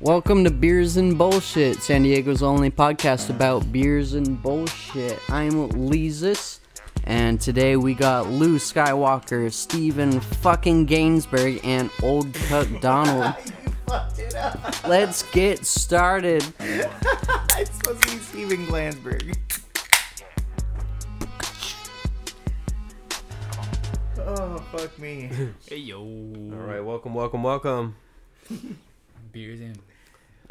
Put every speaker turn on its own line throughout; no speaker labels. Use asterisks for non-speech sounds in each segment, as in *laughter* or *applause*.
Welcome to Beers and Bullshit, San Diego's only podcast about beers and bullshit. I'm Leezus, and today we got Lou Skywalker, Steven fucking Gainsbury, and Old
*laughs*
Cuck Donald.
Fucked it up.
Let's get started.
It's supposed to be Steven Glansberg. Oh, fuck me.
Hey yo.
All right, welcome, welcome, welcome.
Beers in.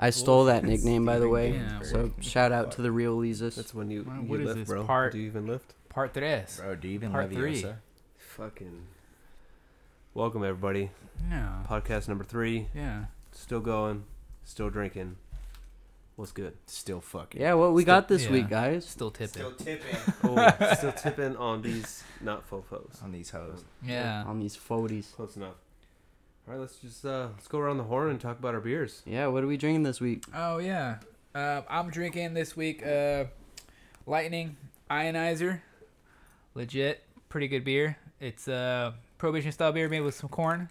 I stole that nickname, by the way,
Yeah,
so shout out to the real Leezus.
That's when you,
Wow,
you
what is
lift,
this
bro.
part?
Do you even lift?
Part tres.
Bro, do you even
Part
love
three.
Yosa?
Fucking. Welcome everybody.
Yeah.
Podcast number three.
Yeah.
Still going. Still drinking. What's good?
Still fucking.
Yeah, what we got this
Yeah.
week, guys?
Still tipping.
tipping
*laughs*
Oh, still tipping on these not fofos.
on these hoes.
yeah.
On these 40s.
Close enough. All right, let's just uh, let's go around the horn and talk about our beers.
Yeah, what are we drinking this week?
Oh yeah. Uh, I'm drinking this week uh Lightning Ionizer. Legit. Pretty good beer. It's a prohibition style beer made with some corn.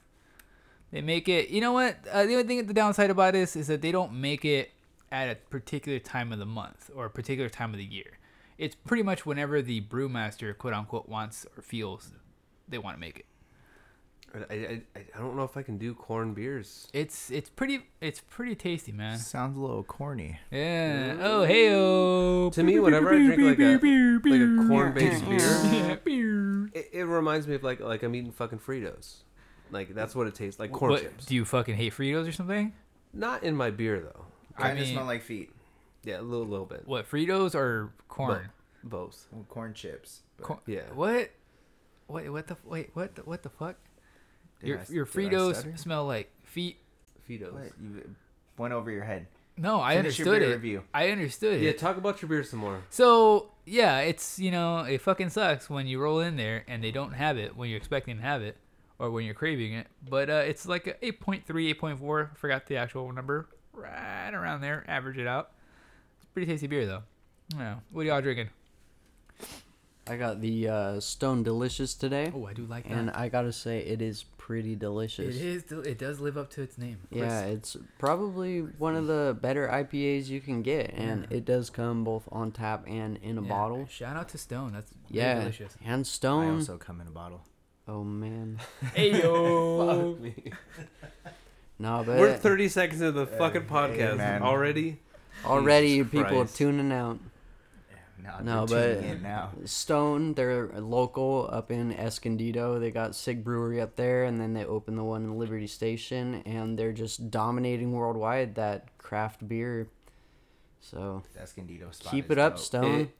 They make it you know what? Uh, the only thing the downside about this is that they don't make it at a particular time of the month or a particular time of the year. It's pretty much whenever the brewmaster quote unquote wants or feels they want to make it.
I, I, I- I don't know if I can do corn beers.
It's it's pretty it's pretty tasty, man.
Sounds a little corny.
Yeah. Oh hey oh.
To me, whenever I drink like a
*laughs*
like a corn-based beer, it, it reminds me of like like I'm eating fucking Fritos. Like that's what it tastes like corn
What,
chips.
do you fucking hate Fritos or something?
Not in my beer though.
I
I
just
mean-
smell like feet.
Yeah, a little, little bit.
What Fritos or corn?
Both.
Well, corn chips. but
Cor-
Yeah.
What? What? What the? f- Wait. What? The, what the fuck?
did
your
I-
your
did I
Fritos
stutter?
smell like feet.
Fitos.
What? You went over your head.
No, I
Finish your
understood
beer
it.
review.
I understood
Yeah,
it.
talk about your beer
*laughs*
some more.
So yeah, it's you know it fucking sucks when you roll in there and they don't have it when you're expecting to have it or when you're craving it. But uh, it's like a 8.3, 8.4. Forgot the actual number. Right around there. Average it out. It's a pretty tasty beer though. Yeah. What are y'all drinking?
I got the uh, Stone Delicious today,
Oh, I do like that.
and uh, I gotta say, it is pretty
it
delicious.
is. del- It does live up to its name.
Yeah,
It's-
it's probably one of the better IPAs you can get, and it does come both on tap and in a
yeah.
bottle.
Shout out to Stone. That's really
Yeah, *laughs*
delicious.
and
I
Stone.
also come in a bottle.
Oh man,
Ayo.
*laughs*
no, but
We're 30 seconds into the fucking podcast
man.
already.
already
Jesus
people
Christ.
tuning out.
No,
No,
they're tuning
but-
in now.
Stone, they're local up in Escondido. They got Sig Brewery up there, and then they opened the one in Liberty Station, and they're just dominating worldwide that craft beer. So
The Escondido spot.
keep
is
it up,
dope.
Stone.
It-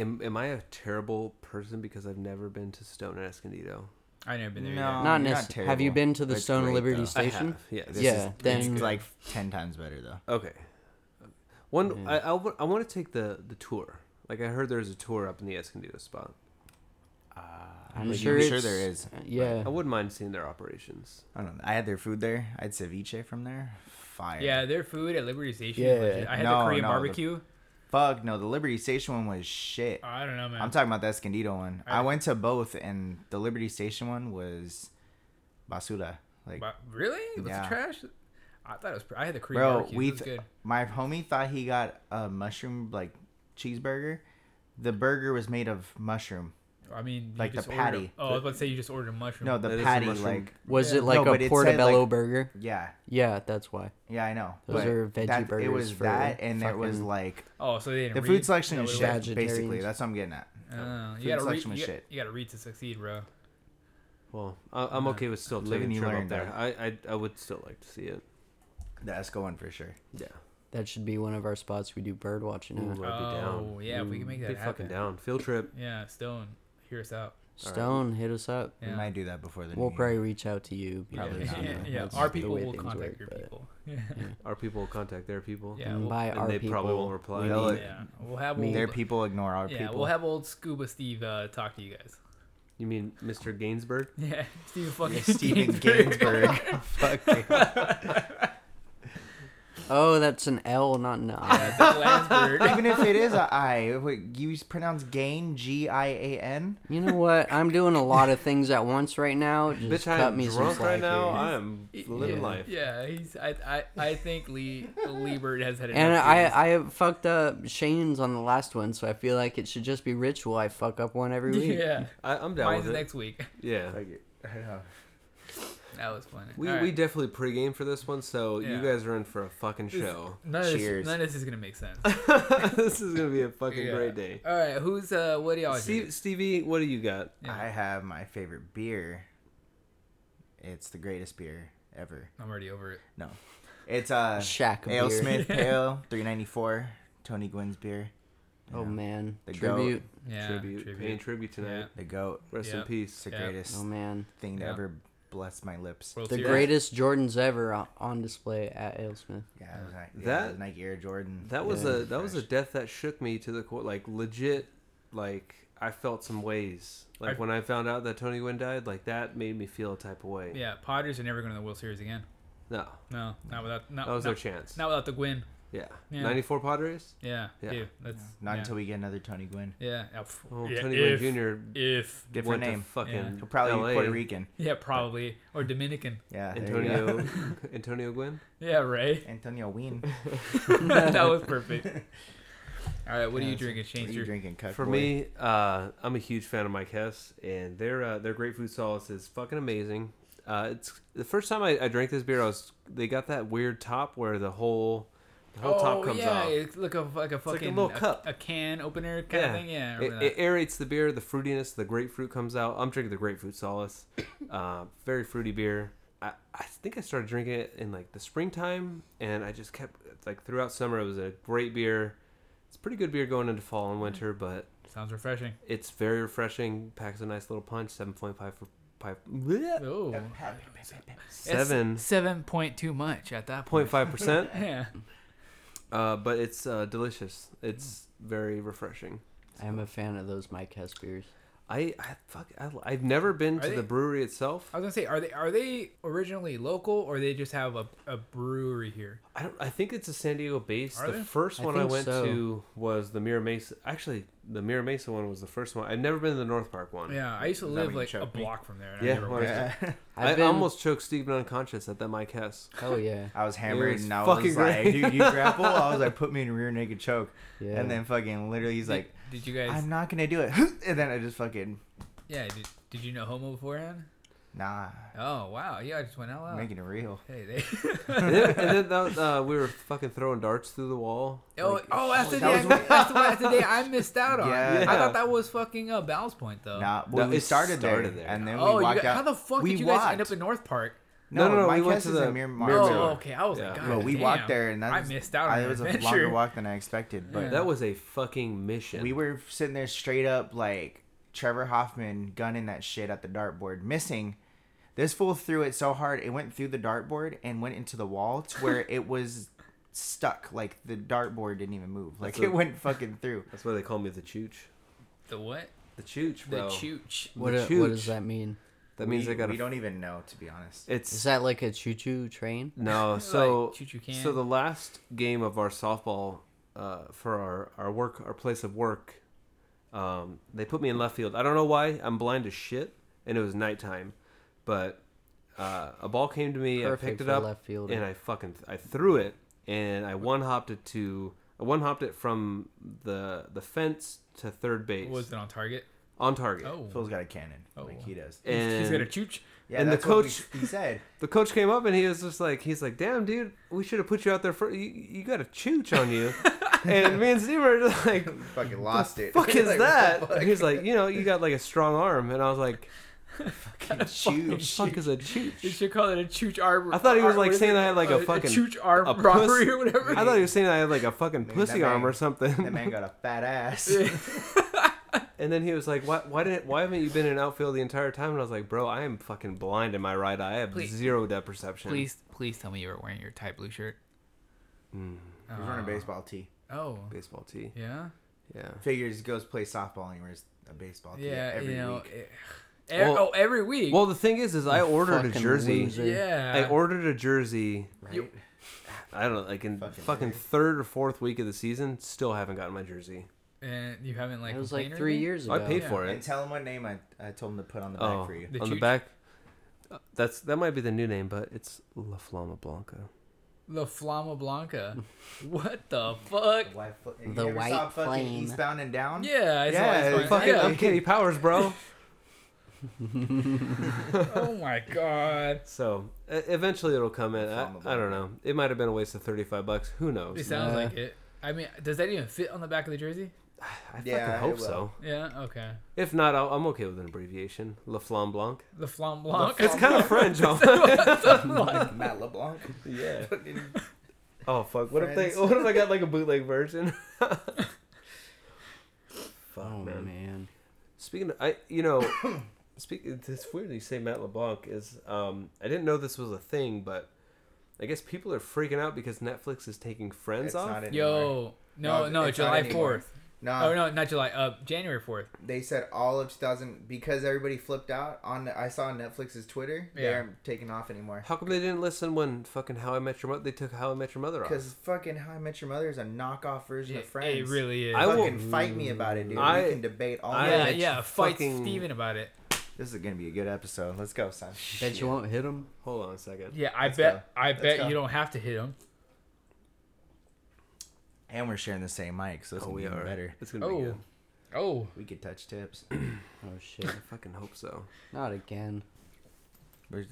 am, am I a terrible person because I've never been to Stone and Escondido?
I never been there.
No.
Not
Yet.
you're
necessarily.
not
have you
terrible.
been to the
That's
Stone
great,
Liberty
though.
I
Station?
have, Yes.
This
Yeah,
is,
then-
it's like ten times better though.
Okay. One, I, I, wa- I want to take the, the tour. Like, I heard there's a tour up in the Escondido spot.
I'm
Like,
sure,
I'm sure
it's-
there is.
Yeah,
I wouldn't mind seeing their operations.
I don't know. I had their food there. I had ceviche from there. Fire.
Yeah, their food at Liberty Station.
Yeah.
is legit. I had
No,
the Korean
no, the-
barbecue.
Fuck no, the Liberty Station one was shit.
I don't know, Oh, man.
I'm talking about the Escondido one. I,
I-
went to both, and the Liberty Station one was basura. Like,
Wow, really? Was
Yeah.
it trash? I thought it was. Pr- I had the Korean
bro,
barbecue.
we
it was
th-
good.
my homie thought he got a mushroom like cheeseburger. The burger was made of mushroom.
I mean, you
like the
just ordered a-
patty.
oh, I was about to say you just ordered a mushroom.
No, the
That is a
patty,
mushroom.
like,
was
Yeah.
it like
No, but it
a
said,
portobello
like-
burger?
yeah,
Yeah, that's why.
yeah, I know.
Those
But
are veggie
that-
burgers
It was
for
that, and there was
fucking-
like
oh, so they didn't.
the
read?
food selection
No,
is
it
shit.
was-
shit. Basically,
Vegetarians.
that's what I'm getting at.
Oh,
Food
you gotta read.
selection was
You, got-
shit.
you gotta read to succeed, bro.
Well, I, I'm okay with still
Live and
taking a
you
trip
learn,
up there. I, I, I would still like to see it.
The Esco one for sure.
Yeah.
That should be one of our spots we do bird watching.
Ooh, I'd
at.
be
Oh,
down.
yeah, if we can make
Be
that
fucking
happen.
down. Field trip.
Yeah, Stone, hear us out.
Stone, hit us up.
We
Yeah.
might do that before the
We'll
new year.
probably reach out to you.
Probably
*laughs*
yeah,
not,
Yeah,
no.
yeah.
That's
Our
the
people
way
will
things
contact
work,
your
but-
people. Yeah,
Our people will contact their people.
yeah.
And
We'll,
by
And
our
they
people,
probably won't reply.
we
They'll-
mean-
*laughs* yeah. We'll have old,
Their people ignore our
Yeah,
people.
we'll have old Scuba Steve uh, talk to you guys. *laughs*
You mean Mr. Gainsbourg?
Yeah, *laughs* Steven fucking
Steven
*laughs* Gainsberg.
Gainsbourg. Fuck.
Oh, that's an L, not an I.
That's a Landsberg.
Even if it is a I, wait, you pronounce gain G I A N.
You know what? I'm doing a lot of things at once right now. Just
Bitch,
cut
I am
me some
drunk
slack
right now.
here.
I am living
yeah.
life.
Yeah, he's. I. I. I think Lee Liebert has had
And
enough. of
I, I fucked up Shane's on the last one, so I feel like it should just be ritual. I fuck up one
*laughs*
every
this.
*laughs* week.
Yeah.
I, I'm down
Mine's
with it.
next week. *laughs*
Yeah.
That was funny.
We,
All
we
right.
definitely pre-game for this one, so
Yeah.
you guys are in for a fucking show.
None of, this,
Cheers.
none of this is gonna make sense.
*laughs* this is gonna be a fucking
Yeah.
great day.
All right, who's uh? What do y'all? do?
Steve, Stevie, what do you got?
Yeah.
I have my favorite beer. It's the greatest beer ever.
I'm already over it.
No, it's uh,
Shack
Ale
beer.
*laughs*
Smith Pale 394, Tony Gwynn's beer,
Oh man,
The
tribute.
Yeah.
tribute, paying tribute tonight.
the goat.
Rest
Yeah.
in peace.
It's the
Yeah. Um,
greatest
Oh man,
thing to
Yeah.
ever bless my lips.
World
the
Series.
greatest Jordans ever o- on display at Alesmith.
Yeah, it was like, yeah,
That-
that Nike Air Jordan.
That was
Yeah.
a that was a death that shook me to the core. Like legit, like I felt some ways. Like
I-
when I found out that Tony Gwynn died, like that made me feel a type of way.
Yeah, Padres are never going to the World Series again.
No,
No, not without not,
that was their
not,
chance.
not without the Gwyn.
Yeah.
Yeah.
94 Padres?
Yeah,
Yeah.
dude, that's
Not
yeah.
until we get another Tony Gwynn.
yeah. yeah, pff,
Oh,
yeah,
Tony
if,
Gwynn Jr.
If
Different
went to
name.
fucking
Yeah.
He'll probably
LA.
be Puerto Rican.
yeah, probably or Dominican.
Yeah, there you go.
Antonio *laughs* Antonio Gwynn?
Yeah,
*laughs*
right.
*laughs*
*laughs*
Antonio Wien.
that was perfect. All right, what are you drinking,
What are
Shane?
you
You're-
drinking, cuck
For
boy?
me, uh, I'm a huge fan of Mike Hess, and their uh, their grapefruit sauce is fucking amazing. Uh, it's the first time I, I drank this beer. I was they got that weird top where the whole the whole top
Oh,
comes
yeah,
off.
it's like a like a
like a
fucking
little cup.
a can opener kind of thing. Yeah, I
it,
remember
it
that.
aerates the beer. The fruitiness, the grapefruit comes out. I'm drinking the
*coughs*
grapefruit solace. uh, very fruity beer. I, I think I started drinking it in like the springtime, and I just kept like throughout summer. It was a great beer. It's a pretty good beer going into fall
Mm-hmm.
and winter, but
sounds refreshing.
it's very refreshing. Packs a nice little punch. Seven point five for five. bleh,
Oh,
Seven
seven point too much at that point.
point five percent.
*laughs* Yeah.
Uh, but it's uh, delicious. It's
Mm.
very refreshing.
I am a fan of those Mike Hess beers.
I, I fuck. I, I've never been
Are
to
they-
the brewery itself.
I was gonna say, are they are they originally local or they just have a, a brewery here?
I don't. I think it's a San Diego base.
Are
The
they?
first
I
one I
think
went
so.
to was the Mira Mesa. Actually, the Mira Mesa one was the first one. I've never been to the North Park one.
Yeah, I used to
That
live
would
like a
choke me.
block from there. And I
Yeah,
never
well,
went.
yeah.
*laughs*
I,
I've been,
almost choked Steven unconscious at that Mike Hess.
Hell yeah.
*laughs* I was
was
hammered and I was
fucking
like,
great.
"Dude,
*laughs*
you grapple?" I was like, "Put me in a rear naked choke,"
Yeah.
and then fucking literally, he's like,
Did you guys?
"I'm not gonna do it," *laughs* and then I just fucking
yeah. Did, did you know homo beforehand?
nah,
Oh wow. Yeah, I just went out loud.
making it real.
hey, they.
*laughs*
*laughs*
and then, and then that, uh, we were fucking throwing darts through the wall.
oh,
Like,
oh, that's the day.
that
I, that's, the, that's the day I missed out
*laughs*
on.
Yeah.
I thought that was fucking uh, Ball's Point though.
Nah,
No,
well, we
it
started,
started
there,
there.
and then we
oh, you
walked
got,
out.
how the fuck
we
did you guys end up in Oh, North Park?
No,
No, no, no,
my
we went
guess
to
is
the
in Mir-
Mir-
Mar-
Mirror
Oh,
Mirror.
okay. I was like,
Yeah.
God,
Well, we
damn,
walked there, and that
I
was-
missed out on
I-
an
It was a
*laughs* adventure.
longer walk than I expected, but
That was a fucking mission.
we were sitting there straight up like Trevor Hoffman gunning that shit at the dartboard, missing. This fool threw it so hard it went through the dartboard and went into the wall to where
*laughs*
it was stuck. Like the dartboard didn't even move. Like
That's
it
a-
went fucking through.
That's why they call me the chooch.
The what?
The chooch,
The
bro.
chooch.
What,
The
a- what does
chooch.
that mean?
That means
we,
I got
we
a.
don't even know to be honest.
Is
It's
that like a choo-choo train?
*laughs* no. So
choo-choo can.
so the last game of our softball uh, for our our work our place of work, um, they put me in left field. I don't know why. I'm blind as shit, and it was nighttime, but uh, a ball came to me. I
Perfect
picked it
for
up
left fielder.
and I fucking I threw it, and I one hopped it to I one hopped it from the the fence to third base
Was it on target?
on target.
Oh,
Fool's got a cannon,
Oh.
like he does.
he's, he's got a
And-
chooch.
Yeah,
and the
that's what *laughs* we-
coach-
he
*laughs*
said,
The coach came up and he was just like, he's like, damn, dude, we should have put you out there first. You, you got a chooch on
*laughs*
you. and me and Steve are just like,
"Fucking lost it." *laughs*
fuck is
Like,
that? And he's like, you know, you got like a strong arm. And I was like, *laughs*
Fucking
what the
shoot.
fuck is a
They
chooch?
should call it a chooch arbor.
I thought he was,
ar-
like,
what is
saying
it?
I had, like, a
Uh,
fucking-
chooch arm
a puss-
robbery or whatever.
*laughs* I thought he was saying I had like a fucking
that
pussy arm
man-
or something.
That man got a fat ass.
*laughs* And then he was like, why, why, didn't, why haven't you been in outfield the entire time? And I was like, bro, I am fucking blind in my right eye. I have
Please-
zero depth perception.
Please, please tell me you were wearing your tight blue shirt.
He was wearing a baseball tee.
Oh,
Baseball tee.
yeah,
Yeah.
Figures he goes play softball and he wears a baseball tee
yeah.
every
you know,
week.
eh, eh,
Well-
oh, every week.
Well, the thing is, is I ordered a
Fucking
jersey.
loser.
yeah,
I ordered a jersey
Right?
you-
I don't know, like in
Fucking
fucking, third or fourth week of the season, still haven't gotten my jersey.
And you haven't like
It was
complained
like
or
three
anything?
years ago.
I paid
Yeah.
for
And
it.
tell him what name I, I told him to put on the
Oh,
back for you.
The
on the
huge-
back. uh, That's that might be the new name, but it's La Flama Blanca.
The Flama Blanca. what the fuck?
The white, fl- you
The
never saw
white
fucking
flame.
Eastbound and *laughs* Down.
Yeah, I
Yeah,
saw it.
fucking-
yeah.
I'm Kenny Powers, bro.
*laughs* oh my god.
So e- eventually it'll come in. I,
Flammable.
I don't know. It might have been a waste of thirty five bucks. Who knows?
It sounds
Uh,
like it. I mean, does that even fit on the back of the jersey?
I
Yeah,
fucking hope
it will.
so.
Yeah. Okay.
If not, I'll, I'm okay with an abbreviation. La Flamme Blanc.
The Flam Blanc.
It's kind of French. huh?
Matt LeBlanc.
yeah.
Fucking-
Oh fuck. What if
Friends.
they? What if I got like a bootleg version? *laughs* fuck
Oh
man.
man.
Speaking, of, I you know, *coughs* speaking. It's weird that you say Matt LeBlanc is. Um, I didn't know this was a thing, but I guess people are freaking out because Netflix is taking Friends
It's
off.
not anymore.
*laughs* Yo. No,
No,
no,
it's not
July
anymore.
fourth.
Nah,
Oh no, not July. Uh, January fourth.
they said all of 2000 because everybody flipped out on. I saw on Netflix's Twitter. They
Yeah.
aren't taking off anymore.
How come they didn't listen when fucking How I Met Your Mother? They took How I Met Your Mother off.
Because fucking How I Met Your Mother is a knockoff version of
It,
Friends.
it really is.
I will-
fucking fight me about it, dude.
I-
we can debate all
I-
yeah,
night.
yeah. Fight
fucking-
Steven about it.
This is gonna be a good episode. Let's go, son.
Bet you won't hit him.
Hold on a second.
Yeah, I
Let's
bet.
go.
I
Let's
bet
go.
you don't have to hit him.
And we're sharing the same mic, so it's
Oh,
gonna be
we
even
are.
better.
It's gonna be
Oh,
good.
oh.
We could touch tips.
Oh shit.
I fucking hope so.
Not again.
We're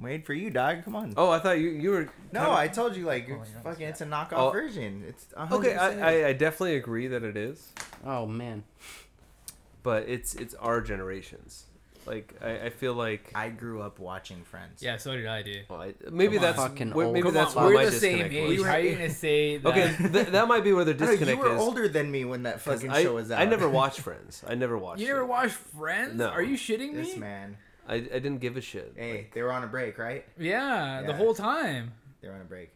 waiting for you, dog. Come on.
Oh, I thought you you were.
no, I told you,
Oh,
like, fucking, it's a knockoff
Oh.
version. It's 100%.
Okay, I, I, I definitely agree that it is.
Oh man.
but it's it's our generations. Like I, I feel like
I grew up watching Friends.
Yeah, so did I, dude.
well, I-
Come
maybe
on.
that's
Fucking
where,
old.
maybe
Come
that's
on,
where
We're
my
the same
disconnect
age.
was.
How are *laughs* you gonna say
*laughs*
that?
Okay, th- that might be where the
I don't know, you
disconnect
were
is.
older than me when that
'cause
fucking
I,
show was out. *laughs*
I never watched Friends. I never watched.
You never
it.
watched Friends?
No.
Are you shitting me?
Oh, this man.
I, I didn't give a shit.
Hey, they were on a break, right?
Yeah, the
Yeah.
whole time,
They were on a break.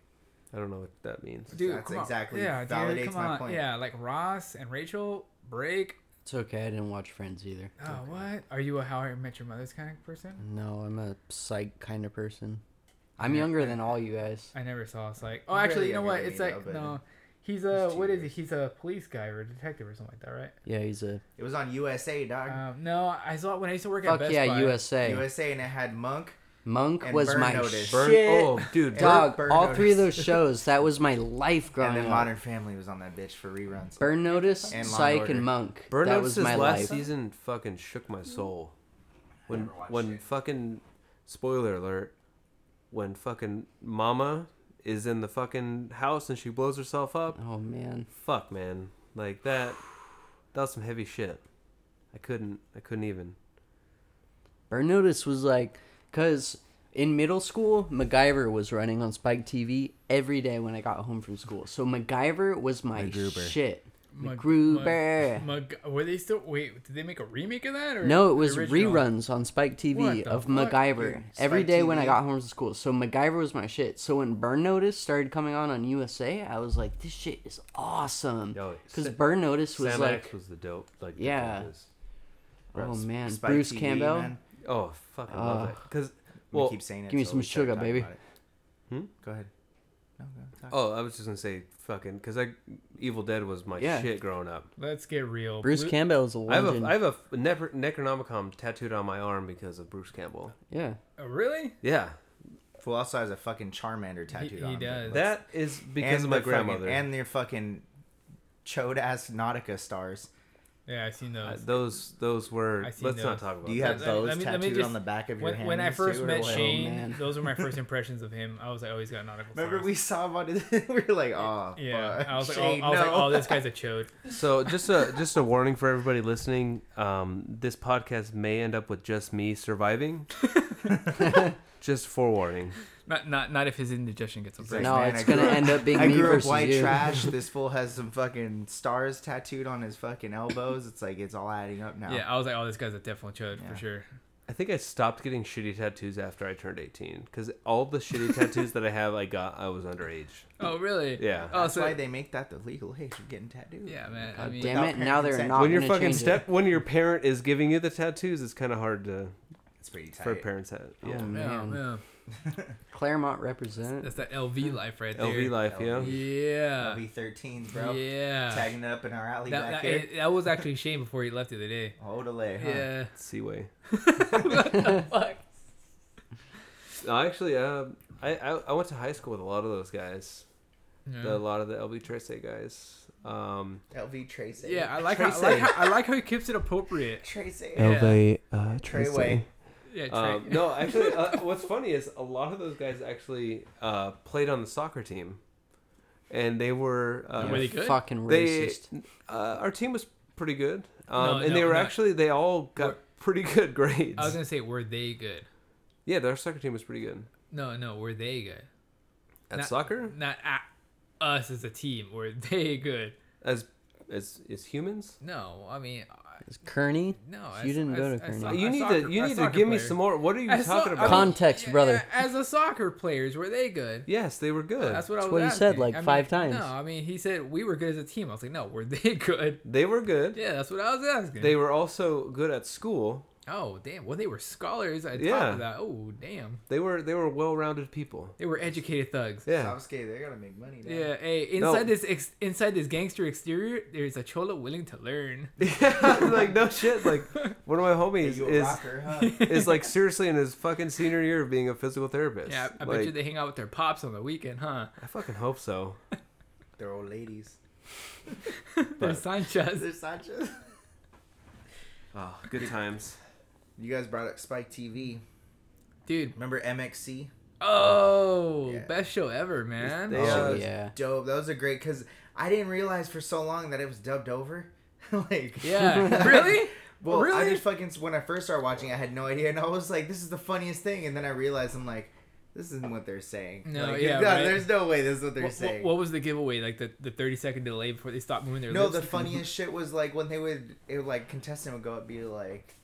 I don't know what that means.
dude.
That's
come on.
exactly-
Yeah, dude,
validates
come
my
on.
point.
Yeah, like Ross and Rachel break.
It's okay. I didn't watch Friends either.
Oh, what? Are you a How I Met Your Mother's kind of person?
No, I'm a psych kind of person. I'm
Yeah.
younger than all you guys.
I never saw. It's like, oh,
You're
actually,
really
you know
younger
what?
than
It's
me,
like
though, but
no, he's a
it's two
what is he?
years.
He's a police guy or a detective or something like that, right?
Yeah, he's a
It was on USA, dog.
Um, no, I saw it when I used to work at
fuck
Best
yeah
Buy.
USA.
USA, and it had Monk.
Monk
and
was
Burn
my
Notice.
Burn.
shit.
Oh, dude. Burn,
Dog,
Burn
all three of those
Notice.
shows, that was my life growing
And then
up.
Modern Family was on that bitch for
Oh,
reruns.
Burn Notice,
And Law and
Psych,
Order.
and Monk.
Burn
that was
Notice's
my
last
life.
season fucking shook my soul. When
Never watched
when
it.
fucking spoiler alert, when fucking Mama is in the fucking house and she blows herself up.
Oh man,
fuck man like that that was some heavy shit i couldn't i couldn't even
Burn Notice was like, cause in middle school, MacGyver was running on Spike TV every day when I got home from school. So MacGyver was my
MacGruber.
shit.
Mag-
MacGruber.
Mag- Mag- were they still? Wait, did they make a remake of that? Or
No, it
the
was
original?
reruns on Spike TV
What the
of
fuck,
MacGyver
dude?
every
Spike
day when I
TV?
got home from school. So MacGyver was my shit. So when Burn Notice started coming on on USA, I was like, this shit is awesome.
Yo,
Because
Sa-
Burn Notice was
sam
like,
Axe was the dope like the
Yeah.
dopest.
oh
Sp-
man,
Spike
Bruce
TV,
Campbell.
man.
oh fuck i
Uh,
love it because
We
well
keep saying it.
give me
so
some
we start
sugar,
talking
baby.
about it.
Hmm?
Go ahead. No, go talk.
oh i was just gonna say fucking because i evil dead was my
Yeah.
shit growing up
Let's get real.
Bruce
Blu-
Campbell is a
I have a,
legend.
I have a Necro- Necronomicon tattooed on my arm because of Bruce Campbell.
yeah.
Oh, really?
Yeah,
Fool also has a fucking Charmander tattooed
he
on. him.
does.
Let's-
that is
and
because of my
the fucking-
grandmother.
and their fucking chode ass Nautica stars.
Yeah, I've seen those.
Uh, those those were.
I seen
Let's
those.
not talk about.
Do you
that.
have
Let- let
those
me- let me
tattooed
just-
on the back of your
when,
hand?
when I
too,
first
or
met
what? Oh,
Shane,
man.
those were my first impressions of him. I was like, oh, he's got nautical
Remember
stars.
we saw about it. *laughs* we were like, oh,
Yeah,
fuck,
I was like,
Shane,
oh, I was like,
no.
*laughs* oh, this guy's a chode.
So just a just a warning for everybody listening. Um, this podcast may end up with just me
*laughs*
surviving. just forewarning.
Not, not, not if his indigestion gets
He's
up.
like,
No,
man,
it's
I grew
gonna
up-
end up being
I
me
grew up
versus
white
you.
*laughs*
trash. This fool has some fucking stars tattooed on his fucking elbows. It's like it's all adding up now.
Yeah, I was like, oh, this guy's a definitely chode
Yeah.
for sure.
I think I stopped getting shitty tattoos after I turned 18 because all the shitty tattoos that I have, I got I was underage.
Oh, really?
Yeah.
Oh,
That's
so
why they make that the legal age of getting tattooed.
yeah, man. I
God
mean,
damn it!
without
Now they're
parent
not
when your
gonna
fucking
change it.
step, when your parent is giving you the tattoos, it's kind of hard to.
It's pretty tight.
for parents had yeah.
Oh,
Yeah,
man.
yeah.
Claremont represent.
That's that LV life right there.
LV life, yeah.
Yeah.
LV13s, bro.
Uh, Yeah.
Tagging it up in our alley back
That, that,
here.
it- that was actually Shane before he left the other day.
oh, delay, huh?
Yeah.
Seaway.
what the fuck?
No, actually, um, I, I I went to high school with a lot of those guys. The,
Yeah.
a lot of the LV Trece guys. Um,
LV Trace.
Yeah, I like, how, I, like how, I like how he keeps it appropriate.
Trace.
Yeah. LV,
uh,
Treyway.
Yeah, Trey.
Um, no, actually, uh, what's funny is a lot of those guys actually uh, played on the soccer team, and they were uh,
You're
Were they good?
Fucking
they-
racist.
uh, our team was pretty good, um,
No,
and
no,
they were
no.
actually they all got
Were-
pretty good *laughs* grades.
I was gonna say, were they good?
yeah, their soccer team was pretty good
No, no, were they good?
at
Not-
soccer
Not at us as a team. Were they good?
as as as humans.
No, I mean, I-
Is Kearney?
no.
You didn't go to
as,
Kearney.
so-
Uh,
you
as
need
soccer-
to you
as
need to give
soccer
me
player.
some more. What are you
As so-
talking
I
about?
mean,
Context,
yeah,
brother.
yeah, As a soccer players, were they good?
yes, they were good.
That's what I
That's
was.
what he
asking.
said, like,
I mean,
five times.
No, I mean he said we were good as a team. I was like, no, were they *laughs* good?
they were good.
Yeah, that's what I was asking.
They were also good at school.
oh damn, well they were scholars. I
Yeah.
top of that. Oh damn,
They were they were well-rounded people.
they were educated thugs.
Yeah.
I'm scared. They gotta make money. Now.
Yeah, hey, inside this ex- inside this gangster exterior, there's a chola willing to learn.
Yeah, *laughs* like no shit. Like one of my
Hey,
homies
you a
is *laughs*
rocker, huh?
is like seriously in his fucking senior year of being a physical therapist.
Yeah, I, I
like,
bet you they hang out with their pops on the weekend, huh? *laughs*
I fucking hope so.
They're old ladies.
They're
But-
Sanchez.
They're Sanchez.
Oh, good times.
You guys brought up Spike TV.
Dude,
Remember MXC?
oh,
Yeah.
best show ever, man.
they-
Oh,
uh,
yeah.
Dope. That was a great because I didn't realize for so long that it was dubbed over. *laughs* like
Yeah,
*laughs*
really?
*laughs* Well, I
Really?
just fucking when I first started watching, I had no idea, and I was like, "This is the funniest thing," and then I realized I'm like, "This isn't what they're saying."
No,
Like,
yeah,
*laughs* no,
right.
there's no way this is what they're
What,
saying.
what- what was the giveaway? Like the, the 30 second delay before they stopped moving their
no,
lips?
the funniest shit was like when they would, it would, like contestant would go up, be like,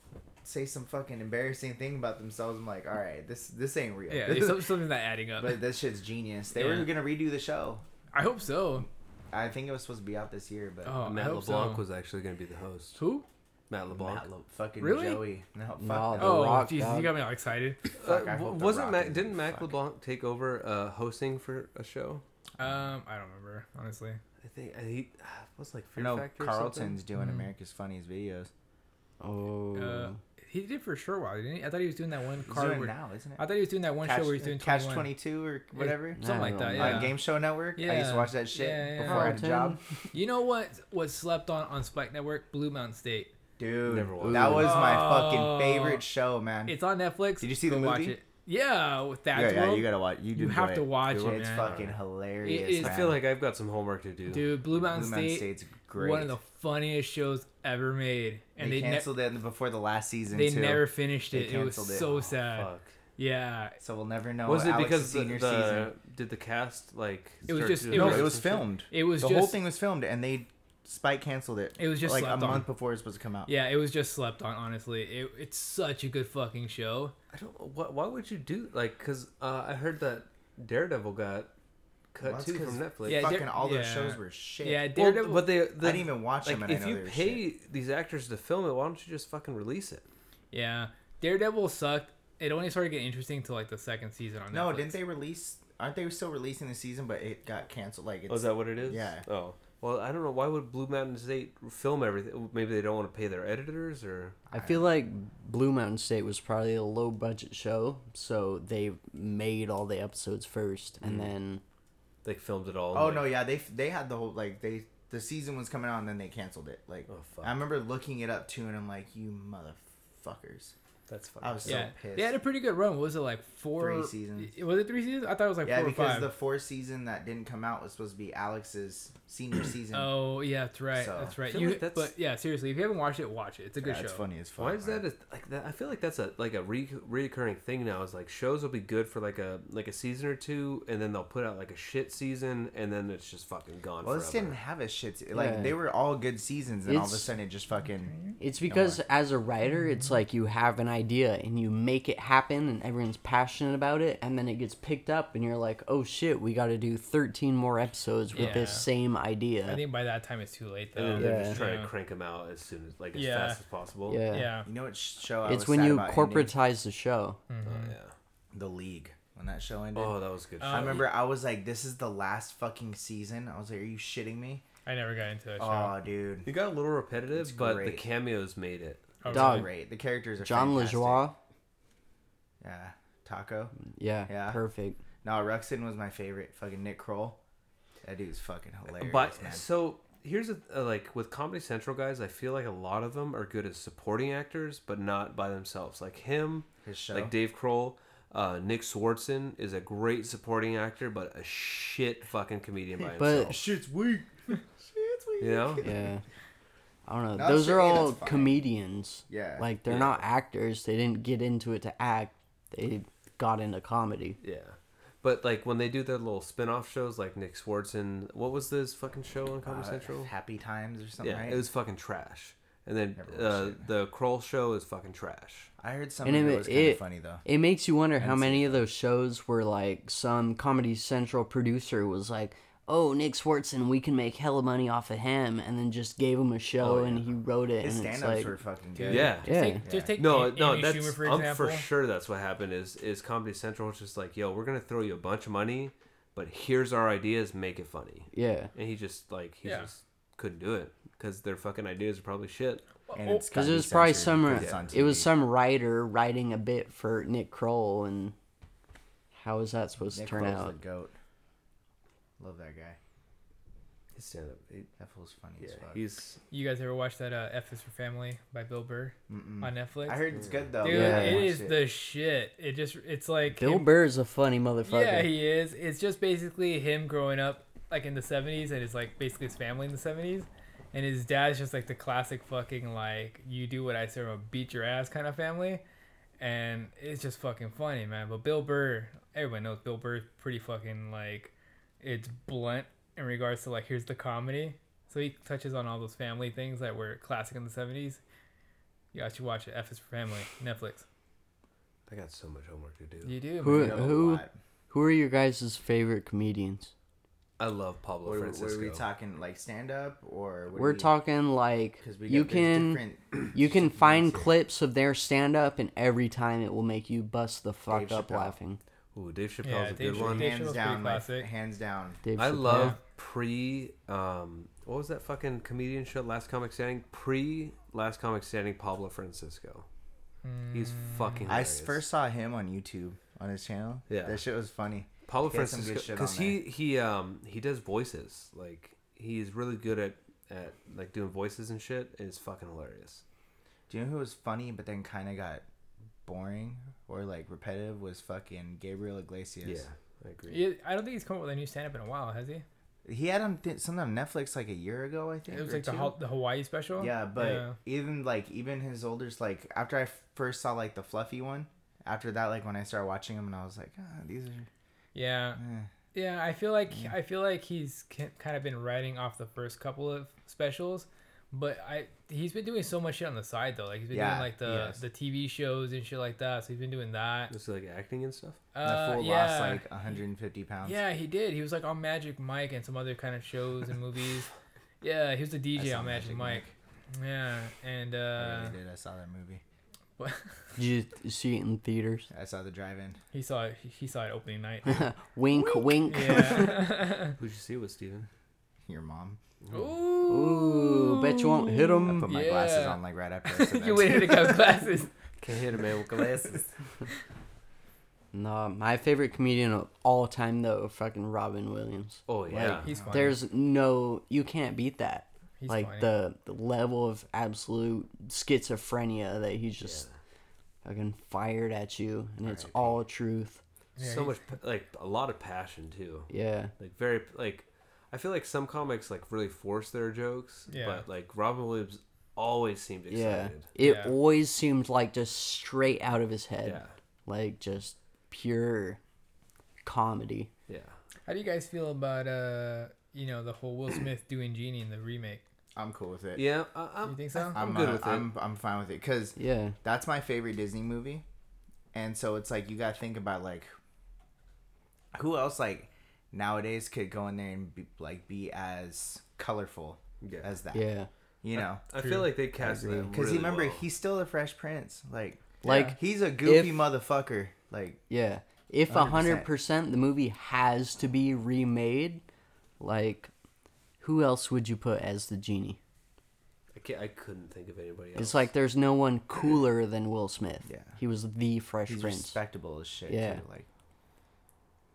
say some fucking embarrassing thing about themselves. I'm like, "All right, this this ain't real." *laughs*
*laughs* Yeah, *laughs* it's some- something's not adding up.
but this shit's genius. They
Yeah.
were gonna redo the show.
I hope so.
I think it was supposed to be out this year, but
Oh, I
Matt
hope
LeBlanc
so.
was actually going to be the host.
Who?
Matt LeBlanc.
Matt Lo- fucking
Really?
Joey. No, fuck
No,
no.
The
Oh,
Rock,
Jesus,
dog.
you got me all excited.
Uh,
Fuck, I
w-
hope The
wasn't
Rock
Matt?
isn't-
Didn't Matt
fuck.
LeBlanc take over uh, hosting for a show?
Um, I don't remember, honestly.
I think I, he uh, was like
Oh,
I
Fear
know
Factor. or something?
Carlton's doing
Mhm.
America's Funniest Videos.
Oh.
Uh, he did for sure while, didn't he? I thought he was doing that one
He's
card
doing
where
it now, isn't it?
I thought he was doing that one
Catch,
show where he's doing
Catch
21.
22 or
Yeah,
whatever.
something like that.
Nah, I
Yeah.
On Game Show Network. I used
Yeah.
to watch that shit
Yeah, yeah,
before I had a job.
You know what was slept on on Spike Network? Blue Mountain State.
Dude,
Never watched
that
it.
was my
Oh.
fucking favorite show, man.
It's on Netflix.
Did you see the
Go Watch
movie?
it. Yeah, with that.
yeah, yeah, you gotta watch. You,
You
do
have
it.
to watch
It's
it, man.
fucking hilarious.
is-
I
man.
feel like I've got some homework to do.
Dude, Blue
Blue
Mountain
Mountain
State,
State's great.
one of the funniest shows ever made, and
they,
they, ne-
canceled it before the last season
they
too.
never finished
They
it. It was
canceled it.
so
Oh,
sad.
Fuck.
Yeah,
So we'll never know.
Was it
Alex's
because the,
senior
the-
season?
did the cast like?
It was
start
just-
doing
it
No,
was-
it was
raises and shit?
filmed.
it was
the
just
whole thing was filmed, and they Spike canceled it.
It was just
like a
slept
month
on.
before it was supposed to come out.
yeah, it was just slept on. Honestly, it, it's such a good fucking show.
I don't. Why, why would you do like? Cause uh, I heard that Daredevil got cut
Well, that's
too
'cause-
from Netflix.
Yeah,
fucking
Dar-
all those
yeah.
shows were shit.
Yeah,
Well,
Daredevil.
but they.
I
the-
didn't even watch
like,
them. And
if
I know
you
they were shit.
pay these actors to film it, why don't you just fucking release it?
yeah, Daredevil sucked. It only started getting interesting till like the second season on Netflix.
No, didn't they release? Aren't they still releasing the season? But it got canceled. Like, it's,
Oh, is that what it is?
yeah.
Oh. Well, I don't know. Why would Blue Mountain State film everything? Maybe they don't want to pay their editors, or
I feel like Blue Mountain State was probably a low budget show, so they made all the episodes first and
Mm.
then
they filmed it all.
oh
like,
no, yeah, they they had the whole like they the season was coming out and then they canceled it. Like,
Oh, fuck.
I remember looking it up too, and I'm like, you motherfuckers.
That's fine.
I was so
yeah,
pissed.
they had a pretty good run. What was it like four
Three seasons.
Was it three seasons? I thought it was like
yeah,
four or
because
five.
the fourth season that didn't come out was supposed to be Alex's
*clears throat*
senior season.
Oh yeah, that's right.
So-
that's
I
right.
feel
You,
like that's-
but yeah, seriously, if you haven't watched it, watch it. It's a
yeah,
good
it's
show.
funny as fuck.
Why is
man.
that a, like that? I feel like that's a like a re- reoccurring thing now. Is like shows will be good for like a like a season or two, and then they'll put out like a shit season, and then it's just fucking gone.
Well, this
forever.
didn't have a shit. Se- like
Yeah.
they were all good seasons, and all of a
It's-
sudden it just fucking.
it's because as a writer it's like you have an idea and you make it happen and everyone's passionate about it and then it gets picked up and you're like, "Oh shit, we got to do 13 more episodes with this
Yeah.
same
I
idea."
think by that time it's too late
And
though.
then
Yeah.
they're just trying
Yeah.
to crank them out as soon as, like, as
Yeah.
fast as possible.
yeah.
Yeah.
You know what show I
It's
was
when
sad
you
about Mm-hmm.
corporatize the show.
Oh,
Mm-hmm.
yeah.
ending? The League when that show ended.
Oh, that was a good.
I
Um,
show.
remember I was like, "This is the last fucking season." I was like, "Are you shitting me?"
I never got into that show.
Oh, dude,
It got a little repetitive,
It's
but the
great.
cameos made it.
Oh,
Dog.
really?
great. The characters are
John
fantastic.
LaJoie.
Yeah, Taco.
Yeah,
Yeah.
Perfect.
No, Ruxin was my favorite. Fucking Nick Kroll. That dude's fucking hilarious.
But
man.
so here's a, uh, like with Comedy Central guys, I feel like a lot of them are good as supporting actors, but not by themselves. Like him,
His show.
like Dave Kroll, uh, Nick Swartzen is a great supporting actor, but a shit fucking
*laughs*
comedian by
But-
himself.
shit's weak. shit's weak. *laughs*
you know,
Yeah. I don't know.
No,
Those
shit,
are
yeah,
all
that's fine.
comedians.
Yeah.
Like they're
Yeah.
not actors. They didn't get into it to act. They got into comedy.
yeah. But like when they do their little spin-off shows, like Nick Swartzen, what was this fucking show on Comedy
Uh,
Central?
Happy Times or something,
Yeah,
right?
it was fucking trash. And then
Never watched
uh,
it.
the Kroll show is fucking trash.
I heard
And
something
it,
that was kind
it,
of funny though.
it makes you wonder how
Hadn't seen
many of those shows were like some Comedy Central producer was like, "Oh, Nick Swartzen, we can make hella money off of him," and then just gave him a show
Oh,
and
yeah.
he wrote it.
His
and it's
stand-ups
like,
were fucking
Dude.
good.
Yeah.
Just
Yeah.
take, just take
No,
Amy
no, that's
Schumer for
I'm
example.
for sure that's what happened is is Comedy Central was just like, yo, we're gonna throw you a bunch of money, but here's our ideas, make it funny.
yeah,
And he just like he
Yeah.
just couldn't do it because their fucking ideas are probably shit.
And
Oh,
it's
because
gotta
it
be
was probably
censored
some
because it's on
it was
TV.
some writer writing a bit for Nick Kroll, and how is that supposed
Nick
to turn
Kroll's
out?
the goat. Love that guy.
His stand up,
That fool's funny
yeah,
as fuck.
he's
You guys ever watch that uh, F is for Family by Bill Burr
Mm-mm.
on Netflix?
I heard it's good though.
Dude,
but I
Yeah.
haven't
it
watched
is the shit. It just it's like
Bill
him-
Burr's a funny
Yeah,
motherfucker.
he is. It's just basically him growing up like in the seventies and it's like basically his family in the seventies. And his dad's just like the classic fucking like you do what I say or I'll beat your ass kind of family. And it's just fucking funny, man. But Bill Burr, everyone knows Bill Burr's pretty fucking like it's blunt in regards to like here's the comedy. So he touches on all those family things that were classic in the seventies. You guys should watch it. F is for Family, Netflix.
I got so much homework to do.
You do. man.
Who
You know a
who
lot.
who are your guys' favorite comedians?
I love Pablo
What, are- what
Francisco.
are we talking? Like stand up or what are
We're
we-
talking like
'cause we
you
got- there's
can *clears throat*
different-
you
there's *clears throat*
can
different
find
ones here.
clips of their stand up and every time it will make you bust the fuck
Dave
up
Chappelle.
laughing.
Ooh, Dave Chappelle's
Yeah,
a
Dave
good
Chappelle.
one.
Dave
hands
Chappelle's
down,
pretty
like,
classic.
hands down.
Dave
I
Chappelle.
love pre um what was that fucking comedian show Last Comic Standing? Pre Last Comic Standing Pablo Francisco. He's
Mm.
fucking
I
hilarious.
s- first saw him on YouTube on his channel.
Yeah.
that shit was funny.
Paulo
He had some good
Francisco
shit
because
on
he he um he does voices like he's really good at at like doing voices and shit and it's fucking hilarious.
Do you know who was funny but then kind of got boring or like repetitive? Was fucking Gabriel Iglesias.
Yeah, I agree.
Yeah, I don't think he's come up with a new stand up in a while, has he?
He had on th- something on Netflix like a year ago, I think.
It was
or
like the,
two.
Ho- the Hawaii special.
Yeah, but
Yeah.
even like even his olders like after I first saw like the fluffy one. After that, like when I started watching him, and I was like, ah, these are.
yeah,
eh.
yeah. I feel like I feel like he's ki- kind of been riding off the first couple of specials, but I he's been doing so much shit on the side though. Like he's been
Yeah,
doing like
he
the
has.
the TV shows and shit like that. So he's been doing that.
Was he like acting and stuff?
Uh,
the fool
yeah.
lost like um, 150 pounds.
yeah, he did. He was like on Magic Mike and some other kind of shows
*laughs*
and movies. Yeah, he was the
I
DJ
saw
on
Magic
Magic, Mike. Yeah, and
I
uh,
really did. I saw that movie.
Did you see it in theaters?
I saw the drive-in.
he saw it, he saw it opening
*laughs*
night.
Wink, wink. *laughs*
yeah. *laughs*
Who'd you see it with Steven?
Your mom.
Ooh, bet you won't hit
I
him.
put my glasses
yeah.
on like right
*laughs*
after. I said
you
that.
went in to *laughs* go glasses.
Can't hit a man with glasses.
No, my favorite comedian of all time though, fucking Robin Williams.
*laughs* oh yeah.
He's funny.
There's no, you can't beat that.
He's
like
funny.
the, the level of absolute schizophrenia that he's just fucking fired at you, and it's
R.I.P.
all truth.
Yeah,
so
he's-
much pa- like a lot of passion too.
Yeah.
Like very like I feel like some comics like really force their jokes,
Yeah.
but like Robin Williams always seemed
Yeah.
excited.
It
Yeah.
always seemed like just straight out of his
Yeah.
head.
Yeah.
Like just pure comedy.
Yeah.
How do you guys feel about uh, you know, the whole Will Smith doing Genie in the remake?
I'm cool with it.
Yeah, I, I'm,
You think so?
I'm, good
uh,
with
I'm, I'm fine with it because
Yeah.
that's my favorite Disney movie, and so it's like you gotta think about like who else like nowadays could go in there and be, like be as colorful
Yeah.
as that.
Yeah.
You know,
it. I feel like they cast them
because
really
remember
well.
he's still a Fresh Prince. Like,
Like
he's a goofy
If-
motherfucker. Like,
Yeah. If a
100%.
100%. the movie has to be remade, like, who else would you put as the genie?
I, can't, I couldn't think of anybody else.
It's like there's no one cooler than Will Smith.
Yeah.
He was the Fresh
he's
Prince.
respectable as shit.
Yeah.
Too. Like,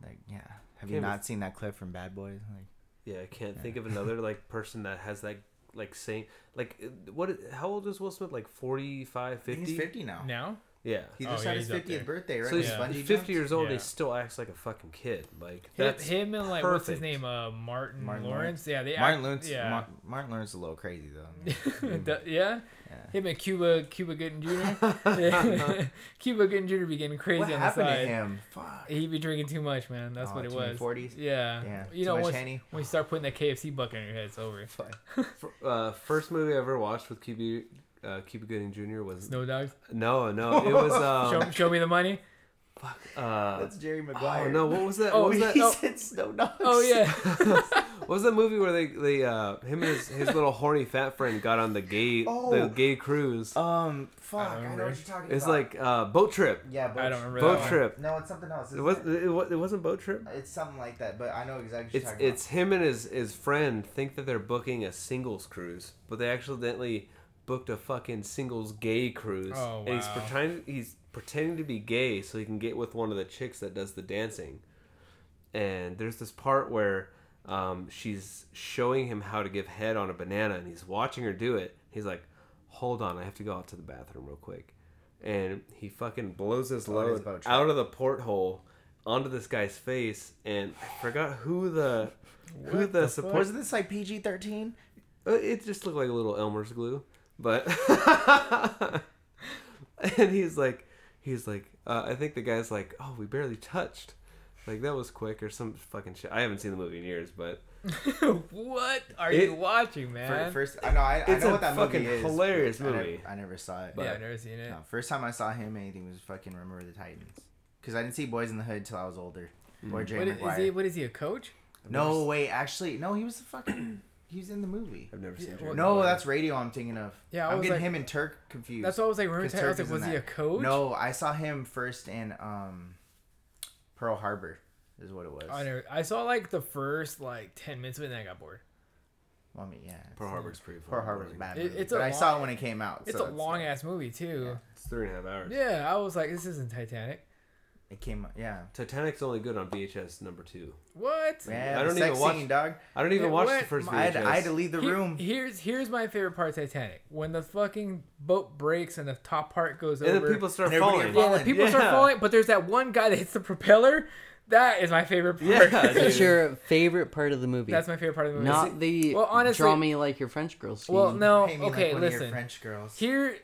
like yeah. Have
Okay,
you
but-
not seen that clip from Bad Boys? Like,
yeah, I can't think of another like person that has that like same like uh, what? How old is Will Smith? Like 45,
I think
50?
he's fifty now.
No.
Yeah.
He
Oh,
just
yeah,
had his
he's up
fiftieth
there.
birthday, right?
So
When
he's
he
he's
bungee jumped?
fifty years old. and
Yeah.
He still acts like a fucking kid. Like
Him,
that's
him and like what's his
perfect.
name? Uh, Martin,
Martin
Lawrence. Yeah, they
Martin
act-
Lawrence.
Yeah.
Mar- Martin Lawrence is a little crazy
*laughs*
though.
The- yeah? Him and Cuba Cuba Gooding Jr.
*laughs*
*laughs* Cuba Gooding Jr. be getting crazy
what
on the
happened
side.
to him? Fuck.
He'd be drinking too much, man. That's
Oh,
what it
too many
was.
40s?
Yeah.
Yeah.
You
Too
know,
much
once,
Henny?
when you start putting that KFC bucket on your head, it's over.
Fuck.
F- uh, first movie I ever watched with Cuba uh, Cuba Gooding Jr. was
Snow dogs.
no, no,
*laughs*
it was
show,
um,
show me
*laughs*
the money.
uh,
That's Jerry
oh
Maguire. *laughs*
no, what was that?
Oh,
what was that?
he *laughs*
oh.
said Snow Dogs.
Oh yeah.
What was that movie where they, they uh, him and his, his little horny fat friend got on the gay the
Oh.
gay cruise?
Um, fuck.
I
I, know
don't remember.
what you're talking
it's
about.
like uh, boat trip.
yeah, boat
I don't remember
Boat
that
trip.
No, it's something else.
It
isn't
was it, wa- it wasn't boat trip.
It's something like that, but I know exactly. What
It's
you're talking
it's him and his his friend think that they're booking a singles cruise, but they accidentally booked a fucking singles gay cruise.
Oh,
And he's
wow.
pretending he's pretending to be gay so he can get with one of the chicks that does the dancing. And there's this part where um, she's showing him how to give head on a banana, and he's watching her do it. He's like, "Hold on, I have to go out to the bathroom real quick." And he fucking blows his
it is
load
boat trip.
out of the porthole onto this guy's face, and I forgot who the who the,
about.
support.
Wasn't this like PG-13?
Uh, It just looked like a little Elmer's glue, but *laughs* and he's like, he's like, uh, I think the guy's like, oh, we barely touched, like that was quick or some fucking shit. I haven't seen the movie in years, but
*laughs* what are
It-
you watching,
For,
man?
first, I know. I, I
It's
know
a
what that
fucking
movie is.
hilarious
I never-
movie.
I, never saw it.
yeah, I've
But
never seen it.
no, first time I saw him, anything was fucking Remember the Titans, because I didn't see Boys in the Hood till I was older. Or Jerry
Mm. What is, is
Maguire.
he? What is he? A coach?
No, wait, actually, no, he was the
*clears throat*
fucking. he was in the movie.
I've never seen.
well,
it.
No, that's radio I'm thinking of.
Yeah, I
I'm
was
getting
like-
him and Turk confused.
That's what I was like. Remember,
'cause
Ted- I was
Turk
like,
in
was he a
that.
coach?
No, I saw him first in um, Pearl Harbor, is what it was.
I, never, I saw like the first like ten minutes of it, and I got bored.
Well, I mean, yeah. it's-
Pearl Harbor's pretty.
Pearl
fucking
Harbor's a
boring.
bad
It-
movie.
it's a
but I
long-
saw it when it came out.
It's
so
a long ass movie too.
It's three and a half hours.
Yeah. I was like, this isn't Titanic.
It came out, yeah.
Titanic's only good on VHS number two.
What?
Yeah,
I don't
the sex
even watch-
scene, dog.
I don't even
Yeah,
watch
what?
the first VHS.
I had, I had to leave the
Here-
room.
Here's here's my favorite part of Titanic. When the fucking boat breaks and the top part goes
and
over.
then people start
And everybody
falling.
gets
yeah, the
falling.
people
Yeah.
start falling, but there's that one guy that hits the propeller. That is my favorite part.
Yeah, dude.
That's your favorite part of the movie.
*laughs* That's my favorite part of the movie.
Not the
Well, honestly-
draw me like your French girl scene.
well, no.
Pay me like
Okay,
one of your
listen.
French girls.
Here,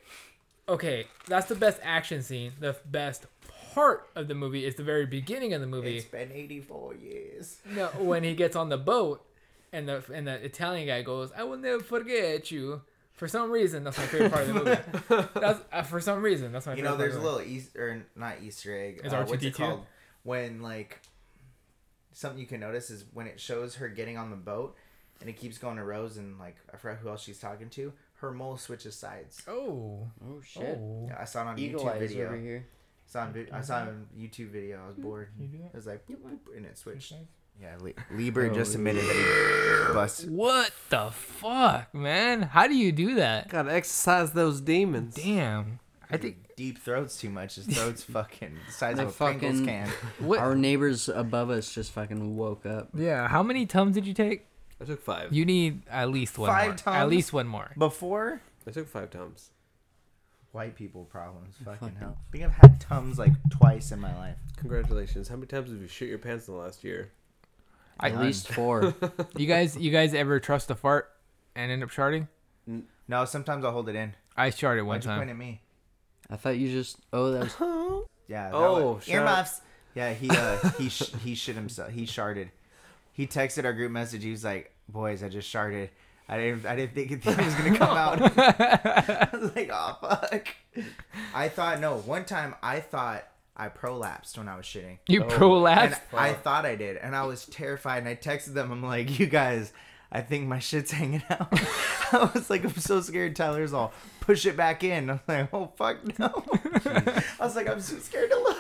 okay, that's the best action scene. The best part of the movie is the very beginning of the movie.
It's been 84 years.
No, *laughs* when he gets on the boat, and the and the Italian guy goes, "I will never forget you." For some reason, that's my favorite part of the movie. That's uh, for some reason that's my
You
favorite.
know, there's a
part of
little Easter, not Easter egg.
Is
uh, what's
R2D2?
it called? When like something you can notice is when it shows her getting on the boat, and it keeps going to Rose and like I forgot who else she's talking to. Her mole switches sides.
the little. Oh.
oh shit.
Oh.
Yeah, I saw it on a
Eagle
YouTube
eyes over
video.
here.
Saw on vi- I saw it on a YouTube video. I was bored.
Mm-hmm. You do that?
It was like boop, boop, and it switched. Yeah, Le- Lieber just
Oh,
admitted that
*laughs*
he busted.
What the fuck, man? How do you do that?
Gotta exercise those demons.
Damn. I think
deep throats too much. His throat's
*laughs*
fucking the size
I
of a Pringles
fucking-
can.
what.
Our neighbors above us just fucking woke up.
*laughs* yeah. How many tums did you take?
I took five.
You need at least one
Five
more. At
tums?
least one more.
Before
I took five times.
white people problems, fucking hell. I think I've had tums like twice in my life.
Congratulations. How many times have you shit your pants in the last year?
At least
*laughs*
four.
You guys, you guys ever trust a fart and end up sharding?
No, sometimes I'll hold it in.
I sharded one
Why'd you point
time.
at me?
I thought you just. Oh, that
*laughs*
was.
Yeah. that
Oh,
was-
shout out.
earmuffs. Yeah, he
*laughs*
uh, he sh- he shit himself. He sharded. He texted our group message. He was like, "Boys, I just sharded." I didn't. I didn't think it it was gonna come
*laughs*
out. *laughs* I was like, oh fuck. I thought no. One time I thought I prolapsed when I was shitting.
You
Oh, And
prolapsed.
I thought I did, and I was terrified. And I texted them. I'm like, you guys, I think my shit's *laughs* hanging out. I was like, I'm so scared. Tyler's all push it back in. I'm like, oh fuck no. *laughs* I was like, I'm so scared to look.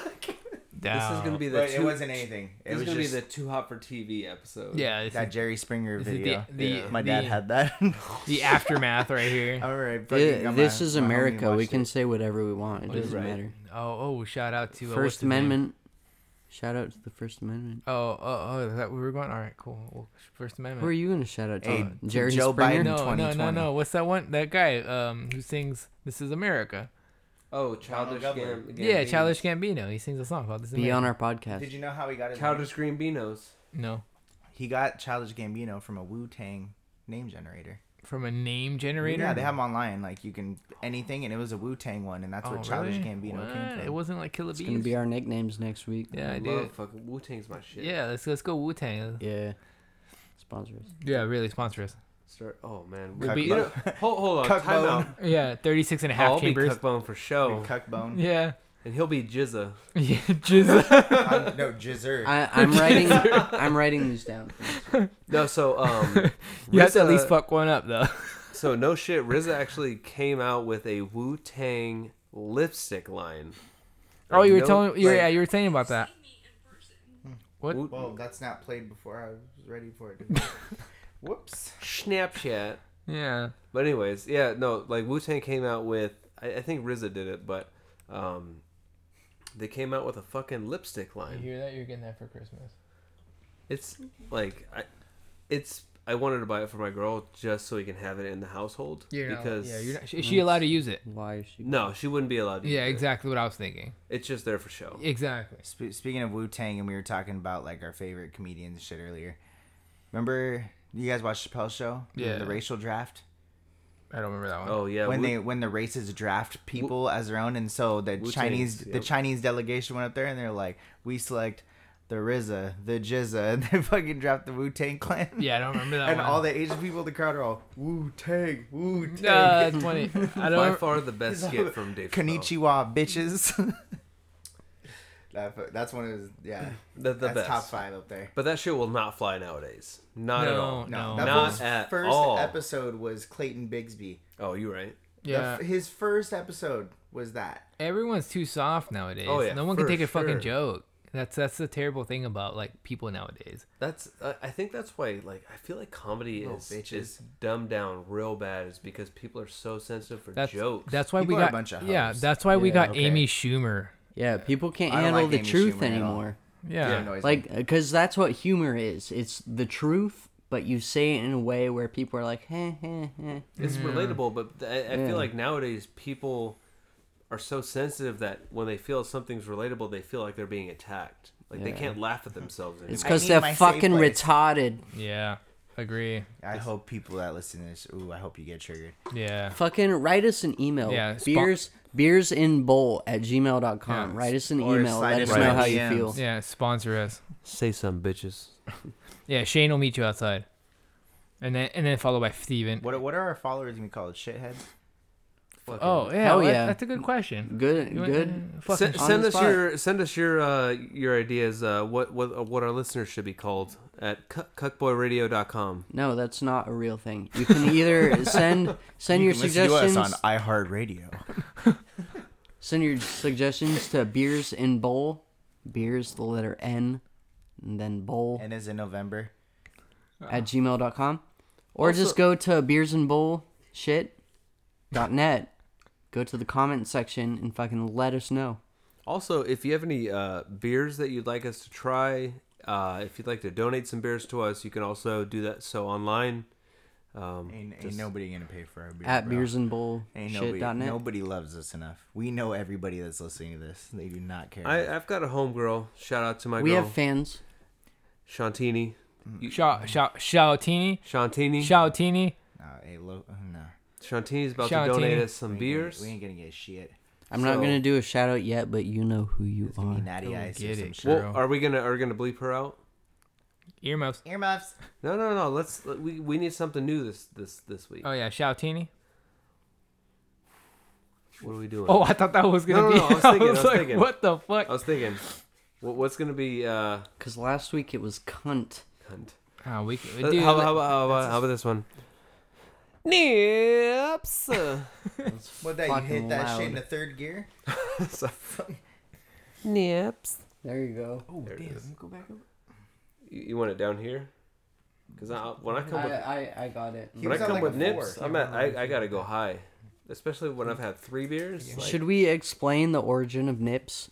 This is gonna be the.
But
two,
it wasn't anything. It
This
was
is gonna
just
be the too hot for TV episode.
Yeah, this
that
is
Jerry Springer
this is the-
video.
the-
Yeah. My
the-
dad had that. *laughs*
the aftermath right here.
All right,
Thi- this is America. We can say whatever we want. It doesn't
right.
matter.
Oh, oh, shout out to uh, what's
First
his name?
Amendment. Shout out to the First Amendment.
Oh, oh, oh, is that where we were going? All right, cool. Well, First Amendment.
Who are you gonna shout out to?
Hey,
Jerry
Joe
Springer.
in Biden.
no, no, no,
2020?
no. What's that one? That guy um, who sings "This Is America."
Oh, childish
Gambler.
Gam-
Yeah,
Gambino.
Childish Gambino. He sings a song called "This Is
Be
America."
on our podcast.
Did you know how he got his? name?
Childish Gambinos.
No,
He got Childish Gambino from a Wu Tang name generator.
from a name generator.
Yeah, they have them online. Like you can anything, and it was a Wu Tang one, and that's
Oh,
where Childish
really?
Gambino
What?
came from.
It wasn't like Killer
it's gonna
Bees.
be our nicknames next week.
yeah, I
Love
did.
fucking Wu Tang's my shit.
Yeah, let's let's go Wu Tang.
Yeah. Sponsor
*laughs*
us.
Yeah, really sponsor us.
Start. Oh man.
We'll
Wu-
be-
you know, hold, hold on.
Cuck
Time
bone.
out.
Yeah, 36 and a half
I'll be
chambers.
cuckbone for show,
Cuckbone.
Oh. *laughs* Yeah.
and he'll be Jizza.
Yeah, just
I'm- no, Jizzer.
I, I'm writing.
*laughs*
I'm writing these down.
No, so um,
*laughs* you have to at
RZA
least fuck one up though.
So no shit, RZA actually came out with a Wu Tang lipstick line.
*laughs* Oh, you were
No-
telling you were-
like,
yeah, you were saying about that. What?
Wu-
Well, that's not played before. I was ready for it. to
*laughs*
be. Whoops.
Snapchat.
Yeah.
But anyways, yeah, no, like Wu Tang came out with, I, I think RZA did it, but um, they came out with a fucking lipstick line.
hear that? You're getting that for Christmas.
It's like, I, it's I wanted to buy it for my girl just so we can have it in the household
Yeah.
because
yeah, you're not, is she allowed to use it?
Why is she?
no, she wouldn't be allowed. to
Yeah,
use it.
exactly what I was thinking.
It's just there for show.
Exactly.
Sp- speaking of Wu Tang, and we were talking about like our favorite comedians and shit earlier. Remember, you guys watched Chappelle's show?
Yeah.
The racial draft.
I don't remember that one.
Oh yeah,
when
Wu-
they when the races draft people as their own, and so the
Wu-Tangs,
Chinese the
yep.
Chinese delegation went up there and they're like, we select the RZA, the Jizza, and they *laughs* fucking draft the Wu Tang Clan.
Yeah, I don't remember that
and
one.
all the Asian people in the crowd are all Wu Tang, Wu
*laughs*
Tang.
Uh, it's funny. I
by
don't.
far
*laughs*
the best skit from Dave. Chappelle.
Konnichiwa, bitches. *laughs* That fu- That's one of his, yeah.
The, the
that's
best.
top five up there.
But that shit will not fly nowadays. Not at
No.
all.
No,
No.
that
Not
fool's
at
first
all.
episode was Clayton Bigsby.
Oh, you right.
The
Yeah,
f- his first episode was that.
everyone's too soft nowadays.
Oh, yeah,
no one can
for
take a
sure.
fucking joke. That's that's the terrible thing about like people nowadays.
That's I I think that's why like I feel like comedy
Little
is,
bitches.
is dumbed down real bad is because people are so sensitive for
That's
jokes.
that's why
People
we
are a
got
bunch of
yeah.
hoes.
That's why we
Yeah,
got
okay.
Amy Schumer.
Yeah, people can't
I don't
handle
like
the
Amy
truth
Schumer at all.
anymore.
Yeah,
It annoys me.
Like, because that's what humor is. It's the truth, but you say it in a way where people are like, heh, heh, heh.
it's relatable, but th- I, I
Mm. Yeah.
feel like nowadays people are so sensitive that when they feel something's relatable, they feel like they're being attacked. Like they
Yeah.
can't laugh at themselves anymore.
It's because
need
they're
my safe
fucking
place.
retarded.
yeah. Agree.
I hope people that listen to this, ooh, I hope you get triggered.
Yeah.
Fucking write us an email.
Yeah, spo-
beers beers in bowl at gmail.com.
Yeah,
Write us an
or
email.
slide
Let us
into
know
my
how you
DMs.
feel.
Yeah. Sponsor us.
Say some bitches.
Yeah. Shane will meet you outside, and then and then followed by Steven.
What what are our followers gonna be called? Shitheads?
Oh yeah.
Hell
well, that-
yeah.
That's a good question.
Good,
You want-
good.
uh, fucking
send,
on
send
the
us
spot.
your send us your uh, your ideas uh, what what uh, what our listeners should be called at cu- cuckboyradio.com.
No, that's not a real thing. You can
*laughs*
either send send your suggestions.
Listen to us on iHeartRadio.
Send your suggestions to beers in bowl. Beers, the letter N, and then bowl
And is in November.
at gmail.com. Or
Also-
just go to beers and bowl shit dot net. Go to the comment section and fucking let us know.
Also, if you have any uh, beers that you'd like us to try, uh, if you'd like to donate some beers to us, you can also do that so online. Um,
Ain't, ain't
just-
nobody gonna pay for our beer.
At
bro.
beers and bowl
Ain't
shit
nobody,
dot net.
nobody loves us enough. We know everybody that's listening to this. They do not care.
I, I've got a homegirl. Shout out to my
We
girl,
have fans.
Shantini.
Shao Shao Shaotini.
Shantini.
Shaotini.
no, hey, lo- uh, no.
Shantini's about
Shantini.
to donate us some
We ain't
beers.
Gonna, we ain't gonna get shit.
I'm not
So-
gonna do a shout out yet, but you know who you
Be
are.
natty
Go
ice or
get
some
it,
shit.
well,
Girl.
are we gonna are we gonna bleep her out?
Earmuffs.
Earmuffs.
No, no, no. Let's let- we we need something new this this this week.
Oh yeah, Shoutini.
What are we doing?
Oh, I thought that was gonna
No, no,
be.
no,
*laughs*
I was thinking, I was
like,
thinking. Uh,
what the fuck?
I was thinking, what, what's gonna be uh,
Because last week it was cunt.
cunt?
Oh, we, c-
Uh,
dude,
how, how, about- how about how about this one? *laughs* Nips.
What that? You
Fucking
hit that shit
loud.
in the third gear?
Nips.
There you go.
oh,
There it
damn,
is.
go back over.
You, you want it down here? Cause I, when I
I,
come with
I, I got it.
He
when I
was on
come
like
with
a
nips,
four.
I'm at I, I gotta go high, especially when I've had three beers. like-
Should we explain the origin of nips?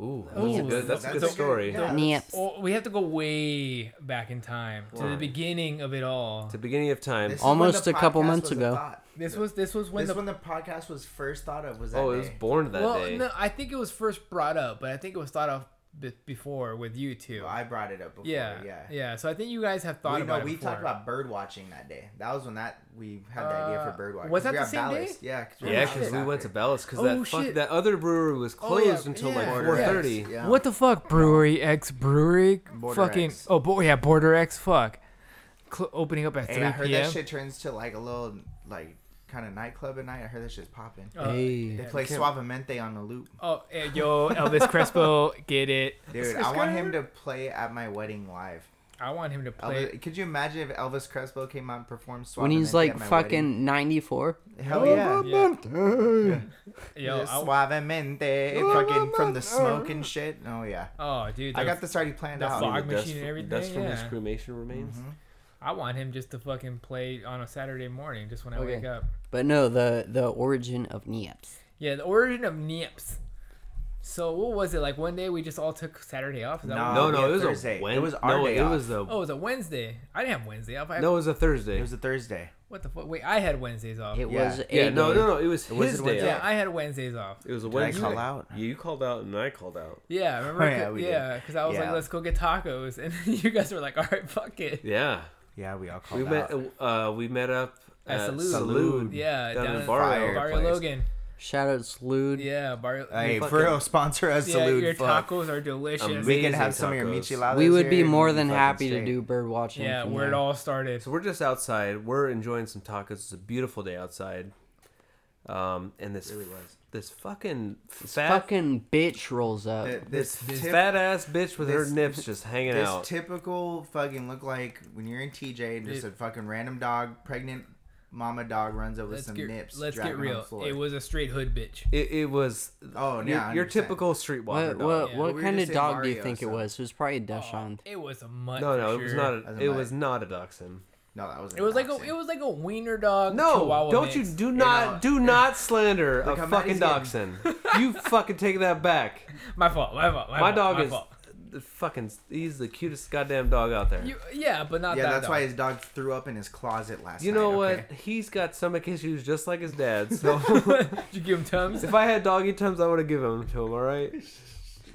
Ooh, that's a
Ooh,
good, that's a
that's
good
okay.
story.
Yeah.
Nips.
Oh, we have to go way back in time to
Why?
the beginning of it all.
The beginning of time. Oh,
This is
Almost
when the
a couple
podcast
months
was a
ago.
thought.
This was this was when
this
the
when the podcast was first thought of. Was that
Oh, it was
day.
born that
well,
day.
no, I think it was first brought up, but I think it was thought of b- before with you two.
I brought it up before.
yeah,
Yeah,
yeah, So I think you guys have thought
we,
about
no,
it
we
before.
talked about bird watching that day. That was when that we had the idea
Uh,
for bird watching.
was that
we
the
got
same day?
Ballast. Yeah, because
Yeah, because we went to Bellis because
Oh,
that fuck,
shit.
that other brewery was
Oh, yeah,
closed until like
yeah.
four thirty.
Yeah.
What the fuck, brewery X brewery,
Border
fucking
X.
oh boy, yeah, Border X, fuck, Cl- opening up at
Hey,
three
I heard
p.m.
that shit turns to like a little like kind of nightclub at night. I heard that shit's popping.
Uh,
They play Suavemente on the loop.
Oh, eh, yo,
*laughs*
Elvis Crespo, get it.
Dude, I want him to play at my wedding live.
I want him to play.
Elvis, could you imagine if Elvis Crespo came out and performed Suavemente
When he's
at
like
my
fucking 94.
wedding? Hell yeah.
Oh, Yeah.
Yo,
Yo, I,
Suavemente, fucking from the smoke and shit. Oh yeah.
oh, dude,
I got this already planned
the
out.
fog-
The dust,
machine and everything,
dust from his
yeah.
cremation remains.
Mm-hmm.
I want him just to fucking play on a Saturday morning, just when I
Okay.
wake up.
But no, the, the origin of nips.
Yeah, the origin of Nips. So what was it like? One day we just all took Saturday off. Is that
No.
what
No,
Oh,
no,
yeah,
it was
Thursday.
a
It
Wednesday.
was our
no,
day
it
off.
was a
oh, it was a Wednesday. I didn't have Wednesday off. I
no, it was a Thursday.
It was a Thursday.
What the fuck? Wait, I had Wednesdays off.
It
Yeah.
was a.
yeah, no,
day.
no, no, it was
was
his
a
day.
Wednesday.
Yeah,
off.
I had Wednesdays off.
It was a
Did I
Wednesday.
call out?
You called out and I called out.
Yeah, remember?
yeah, we did.
yeah, because I was like,
Yeah.
let's go get tacos, *laughs* and you guys were like, all right, fuck it.
Yeah,
Yeah, we all called
we met.
out.
Uh, we met up
At
at,
Salud.
Salud.
Yeah,
down,
down
in
in
Barrio.
Fire.
Barrio
place.
Logan.
Shout out Slude.
Yeah, Barrio.
hey,
fucking-
for real, sponsor us,
yeah,
salute.
your
fuck.
tacos are delicious.
Amazing.
We can have some of your
tacos.
micheladas.
We would
here
be
and
more
we'll
than
fucking
happy to
straight.
do bird watching.
Yeah,
from
where it
there.
all started.
So we're just outside. We're enjoying some tacos. It's a beautiful day outside. Um, and this this fucking fat
Fucking bitch rolls up.
Th-
this,
This,
this
tip-
fat ass bitch with her
this-
nips just hanging
this
out.
typical fucking look like when you're in TJ and just
It-
a fucking random dog, pregnant mama dog runs over
let's
some
get
nips.
let's
dragging
get
on the
real.
floor.
It was a straight hood bitch.
it, it was
Oh,
your,
yeah, I
your
understand.
typical streetwalker
what
dog.
what,
Yeah.
what
We were
kind of
just in
dog do you
Mario,
think it
so-
was? It was probably a
Oh,
Dachshund.
it was a mutt.
No,
for
no, it was
sure.
That's
not. A,
a
it
mutt.
was not a dachshund.
no, that was
It was like a it was like a wiener dog.
No,
Chihuahua
don't you
mix.
do not do not slander a
Look how mad
fucking
he's getting.
dachshund.
*laughs*
you fucking take that back.
My fault. My fault. My,
My
fault,
dog
my
is
fault.
the fucking. He's the cutest goddamn dog out there. You,
You, yeah, but not
yeah.
that.
That's
dog. *laughs*
why his dog threw up in his closet last. night,
know what?
okay?
He's got stomach issues just like his dad. So *laughs*
Did you give him tums.
if I had doggy tums, I would have given them to him. All right.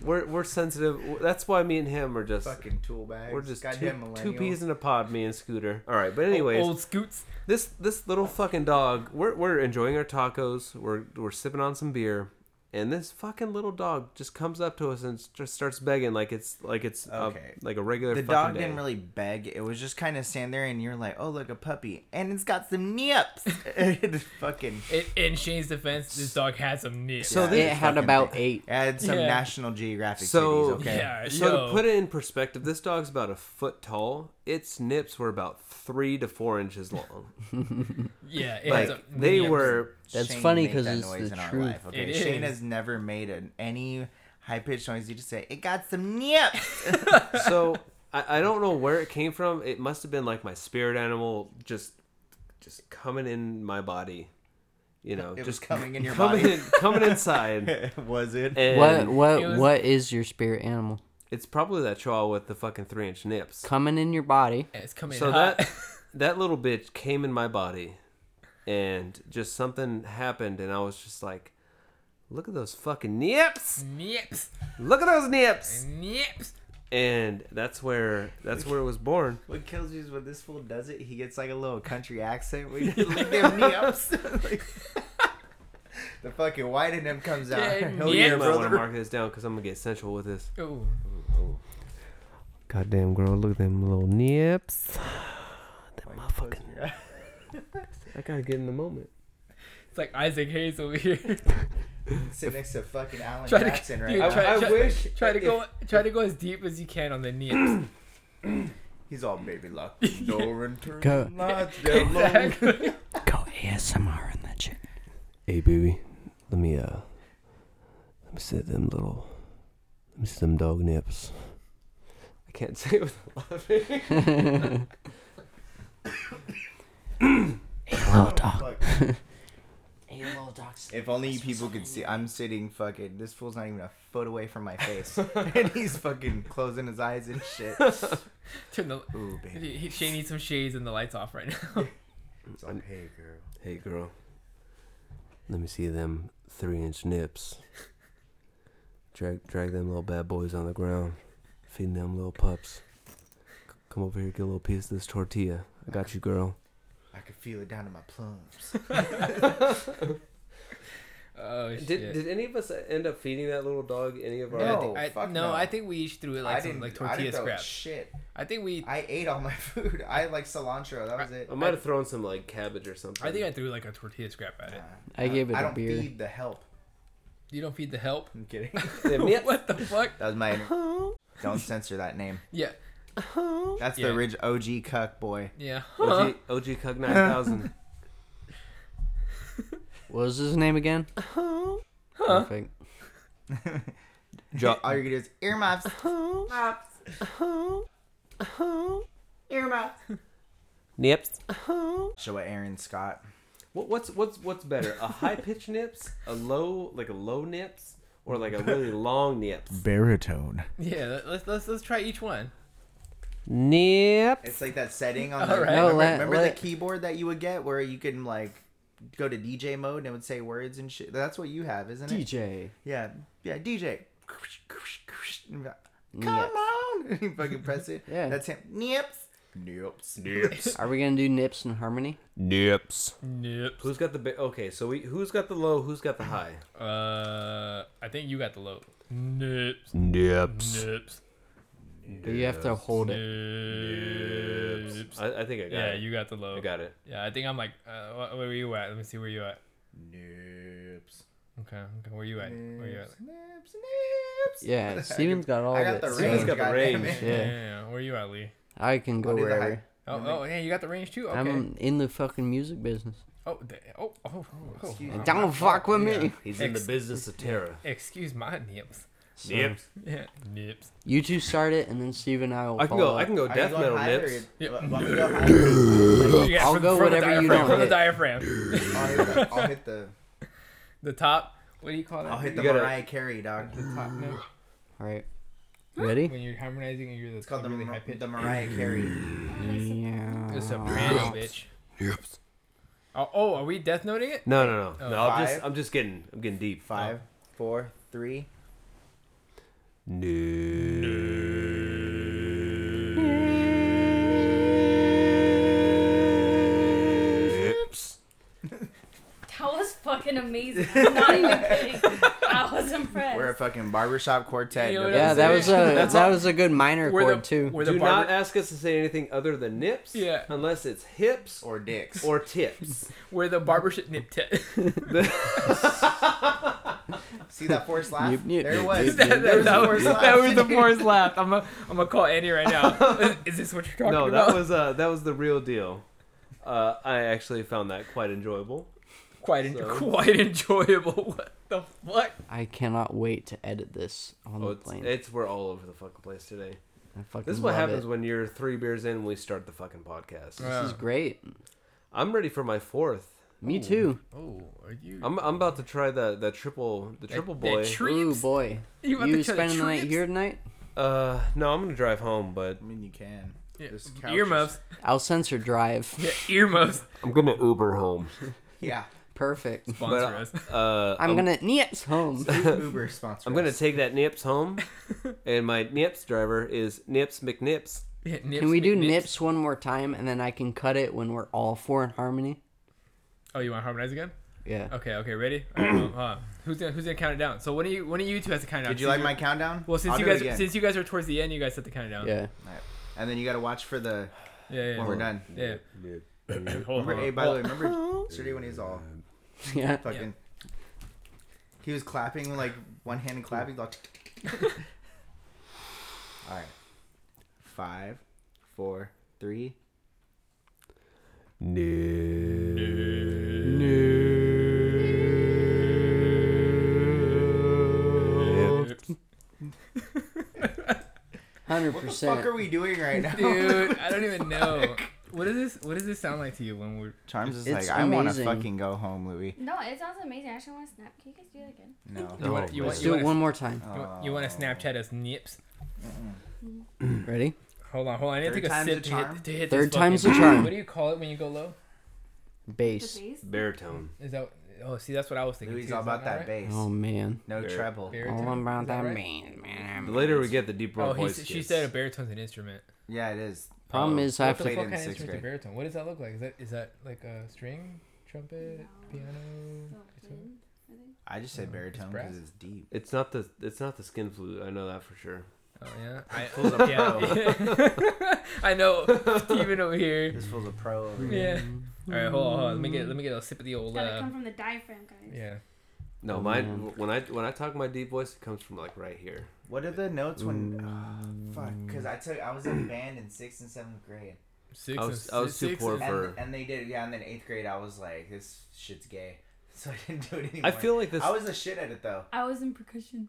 We're we're sensitive. That's why me and him are just.
Fucking tool bag.
We're just two,
goddamn
two
millennial.
peas in a pod, me and Scooter. All right, but anyways,
old scoots.
this this little fucking dog we're, we're enjoying our tacos we're, we're sipping on some beer and this fucking little dog just comes up to us and s- just starts begging like it's like it's uh,
Okay.
like a regular
The
fucking
dog
day.
didn't really beg. It was just kind of stand there, and you're like, "Oh, look, a puppy, and it's got some
*laughs*
nips." *laughs* It fucking.
In, in Shane's defense, this dog had some nips.
So
It had
fucking
about
big.
eight.
It had some
Yeah.
National Geographic.
so
titties, okay.
Yeah,
so
yo.
to put it in perspective this dog's about a foot tall its nips were about three to four inches long
yeah, it had
like
some
they
nips.
were
That's
Shane
funny
make
'cause
that
it's
noise
the
in our
truth.
life, okay?
It
Shane
is.
has never made an, any high pitched noise. You just say it got some
*laughs*
nips.
so I, I don't know where it came from. It must have been like my spirit animal just just coming in my body. You know,
was
just
coming in your
coming
body.
in, coming
*laughs*
inside.
Was it?
And
What what
It was-
what is your spirit animal?
It's probably that chihuahua with the fucking three inch nips.
Coming in your body.
Yeah, it's coming
So
hot. *laughs*
that that little bitch came in my body, and just something happened, and I was just like, "Look at those fucking nips!
nips,
Look at those nips!"
nips.
And that's where that's where it was born.
What kills you is when this fool does it, he gets like a little country accent. We look
*laughs*
them nips. *laughs* Like, the fucking white in him comes out.
Yeah,
Hell
You
Oh, yeah,
nips.
might want to
brother.
mark this down because I'm gonna get sensual with this.
Ooh.
Goddamn girl, look at them little nips. *sighs* That
Like, close
motherfucking. *laughs*
your eyes.
I gotta get in the moment.
It's like Isaac Hayes over here. *laughs*
Sit next to fucking Alan
Try to-
Jackson right
dude,
now.
try-
I, I wish.
try to go, try to go as deep as you can on the
*clears throat*
nips.
He's all baby
*laughs*
locked the door and turn
Go.
the lights down low."
exactly.
Go ASMR in the *laughs* chair.
Hey, baby, let me uh, let me see them little, let me see them dog nips. I can't say it without *laughs* laughing.
Hey, little dog.
Fuck.
Hey, little dog.
If only you people could see. I'm sitting fucking. This fool's not even a foot away from my
*laughs*
face, and he's fucking closing his eyes and shit.
Turn the.
Ooh, baby.
He, Shane needs some shades and the lights off right now.
It's like, hey, girl.
hey, girl, let me see them three-inch nips. Drag, drag them little bad boys on the ground, feeding them little pups. C- Come over here, get a little piece of this tortilla. I got you, girl.
I could feel it down in my plums.
*laughs*
*laughs* Oh shit.
any of us end up feeding that little dog any of
our-
I
No,
thi- I,
fuck
no,
no.
I think we each threw it *laughs* like
I
some
didn't
like
I
tortilla
didn't throw
scraps.
Shit,
I think we.
I ate all my *laughs* food. I had, like cilantro. That was it.
I might have thrown some like cabbage or something.
I think I threw like a tortilla scrap at it.
I gave it
Uh, I
a
don't
beer.
feed the help.
You don't feed the help.
*laughs*
I'm kidding.
*laughs* what the fuck?
That was my. don't censor that name.
Yeah,
That's
Yeah.
the ridge OG cuck boy.
yeah.
OG, OG *laughs* Cug 9000.
What was his name again? Perfect.
all you're gonna do is earmuffs.
*laughs*
Earmuffs. Earmuffs.
nips.
Show it Aaron Scott.
What, what's what's what's better? A high pitch nips, a low like a low nips, or like a *laughs* really long nips?
Baritone.
Yeah, let- let's let's let's try each one.
Nips.
It's like that setting on the
All right.
remember,
No, let-
remember
let-
the keyboard that you would get where you can like go to DJ mode and it would say words and shit. That's what you have, isn't it?
DJ.
Yeah, yeah, DJ. And you're like, Come
Nips.
on! *laughs* And you fucking press it.
*laughs* Yeah.
That's him. Nips. *laughs* Nips. Nips.
Are we gonna do nips and harmony?
Nips.
Nope.
Who's got the ba- okay? So we who's got the low? Who's got the high?
Uh, I think you got the low. Nips.
Nips.
Nips.
Or you have to hold it.
Nips.
I, I think I got
Yeah,
it.
you got the low.
I got it.
Yeah, I think I'm like, uh, wh- where were you at? Let me see where you at.
Nips.
Okay, okay, where you at? Where you at?
Nips. Nips. Nips.
Yeah, Steven's got all
*laughs* I
of
got
it.
the
so
Steven's
range.
got the
goddamn
range.
it.
Yeah.
Yeah, yeah, yeah. where you at, Lee?
I can go
I'll do the
wherever.
high.
Oh, oh, yeah, you got the range too. Okay.
I'm in the fucking music business.
oh, da- oh, oh, oh,
Excuse
oh.
me.
Don't fuck with me.
He's
in the Ex-
business of terror.
Excuse my nips.
So,
Yeah, nips.
You two start it, and then Steve and I will.
I can
follow
go. I
up.
can go
Are you
death
going
metal
higher or
nips.
you-
Yep.
well, you go higher.
Yeah,
I'll
from-
go
from the
whatever you
diaphragm,
don't
From the
hit.
diaphragm.
I'll hit the- I'll hit the.
The top. What do you call that?
I'll hit the
You gotta-
Mariah Carey dog.
the top note.
All right. Ready?
When you're harmonizing and you're the
It's called the,
really
Mar-
high pitch.
the Mariah Carey.
Yeah.
It's a piano, bitch. Oh, oh, are we death noting it?
No, no, no.
Oh.
no, I'm just
Five.
I'm just getting I'm getting deep.
Five, four, three.
Nips.
That was fucking amazing. I'm not even kidding. I was impressed.
We're a fucking barbershop quartet.
You know what
Yeah, that was a
*laughs* That's
that
all-
was a good minor
We're
chord
the,
too.
We're the
Do not
barber,
ask us to say anything other than nips.
Yeah.
Unless it's hips
or dicks.
or
*laughs*
tips.
we're the barbershop nip *laughs* tit.
See that forced laugh?
Yep, yep,
there
yep,
it was.
yep,
that,
yep,
*laughs* there
that,
was a
that,
forced
was,
laugh.
that was the forest laugh. I'm gonna I'm gonna call Andy right now. Is, is this what you're talking
no,
about?
that was uh that was the real deal. Uh, I actually found that quite enjoyable.
quite en-
so-
quite enjoyable. *laughs* What the fuck?
I cannot wait to edit this on
Oh,
the
it's,
plane.
it's we're all over the fucking place today.
I fucking
This is what
love
happens
it.
when you're three beers in. and We start the fucking podcast.
Right.
This is great.
I'm ready for my fourth.
Me too.
Oh, are you?
I'm I'm about to try the the triple the triple boy.
Ooh
Treeps.
boy.
*laughs* You
You,
about to try the
spending the night
trips?
here tonight?
uh, no, I'm gonna drive home, but
*laughs* I mean, you can.
Yeah,
This couch is-
earmuffs.
I'll censor drive.
*laughs* Yeah, earmuffs.
I'm gonna Uber home.
*laughs*
Yeah.
Perfect.
Sponsor
uh,
us. *laughs*
Uh,
I'm gonna nips home.
Uber sponsor.
I'm gonna
us.
take that Nips
*laughs*
home, and my Nips driver is Nips McNips.
Yeah, nips,
Can we do
McNips.
nips one more time and then I can cut it when we're all four in harmony?
Oh, you want to harmonize again?
Yeah.
Okay, okay,
*clears throat*
ready? uh, who's gonna who's gonna count it down? So one of you one of you two has to count it down.
Did you like
Since you're-
my countdown?
Well, since
I'll
you
do it
guys
again.
since you guys are towards the end, you guys set the countdown.
Yeah.
and then you gotta watch for the
yeah, yeah.
when we're done.
yeah. Hold on, hold
Remember,
on.
hey, by the way, remember Sergio when he was all
Yeah. *laughs*
fucking? He was clapping like one hand clapping. Like, *laughs* all right, five, four, three.
Hundred
What the fuck are
percent.
we doing right now? *laughs*
dude, I don't even know. *laughs* What does this what does this sound like to you when we're
Charms is
It's
like, I want to
amazing.
fucking go home, Louis.
No, it sounds amazing. I actually want to snap. Can you guys do that
No.
again?
Oh.
you want you
Let's
want
do
you
it
want
one more time.
to you want to Snapchat us nips?
Ready?
Hold on, hold on. I need to
Third
take a
time's
sip
a
to hit,
charm?
to hit
Third
this
time's
fucking-
a charm.
What do you call it when you go low?
The
Bass.
bass?
Baritone.
Is that oh see that's what I was thinking.
Louis is
too.
all
Is
about
not
that
right?
bass.
Oh man.
No
Bear-
treble.
bear-
All
Baritone?
about
Is that
that
right?
man,
The
man.
later we get, the deeper
Oh,
our
he,
voice
said- she
gets.
said a baritone's an instrument.
Yeah, it is.
Problem
Oh.
is, I
What the
played.
played
fuck
in
kind of
sixth
instrument is a
grade.
baritone? What does that look like? Is that is that like a string, trumpet, piano?
Oh,
guitar?
man, I think.
I just said baritone
brass.
because it's deep.
It's not the it's not the skin flute. I know that for sure.
Oh yeah, *laughs* I,
Pulls a
yeah. *laughs* I know. Steven over here.
This fool's a pro. over here.
Yeah. All right, hold on, hold on. Let me get let me get a sip of the
It's
old.
gotta
Uh,
come from the diaphragm, guys.
yeah.
No,
Oh,
mine
man.
when I when I talk my deep voice, it comes from like right here.
Mm.
What are the notes when? ah, *sighs* fuck, because I took I was
Mm.
in band in sixth and seventh grade,
Six
I
and
was- I was
si-
too
six
poor
and-
for-
and, and they did yeah. And then eighth grade, I was like, this shit's gay, *laughs* so I didn't do it anymore.
I feel like this.
I was a shit at it though.
I was in *laughs* percussion.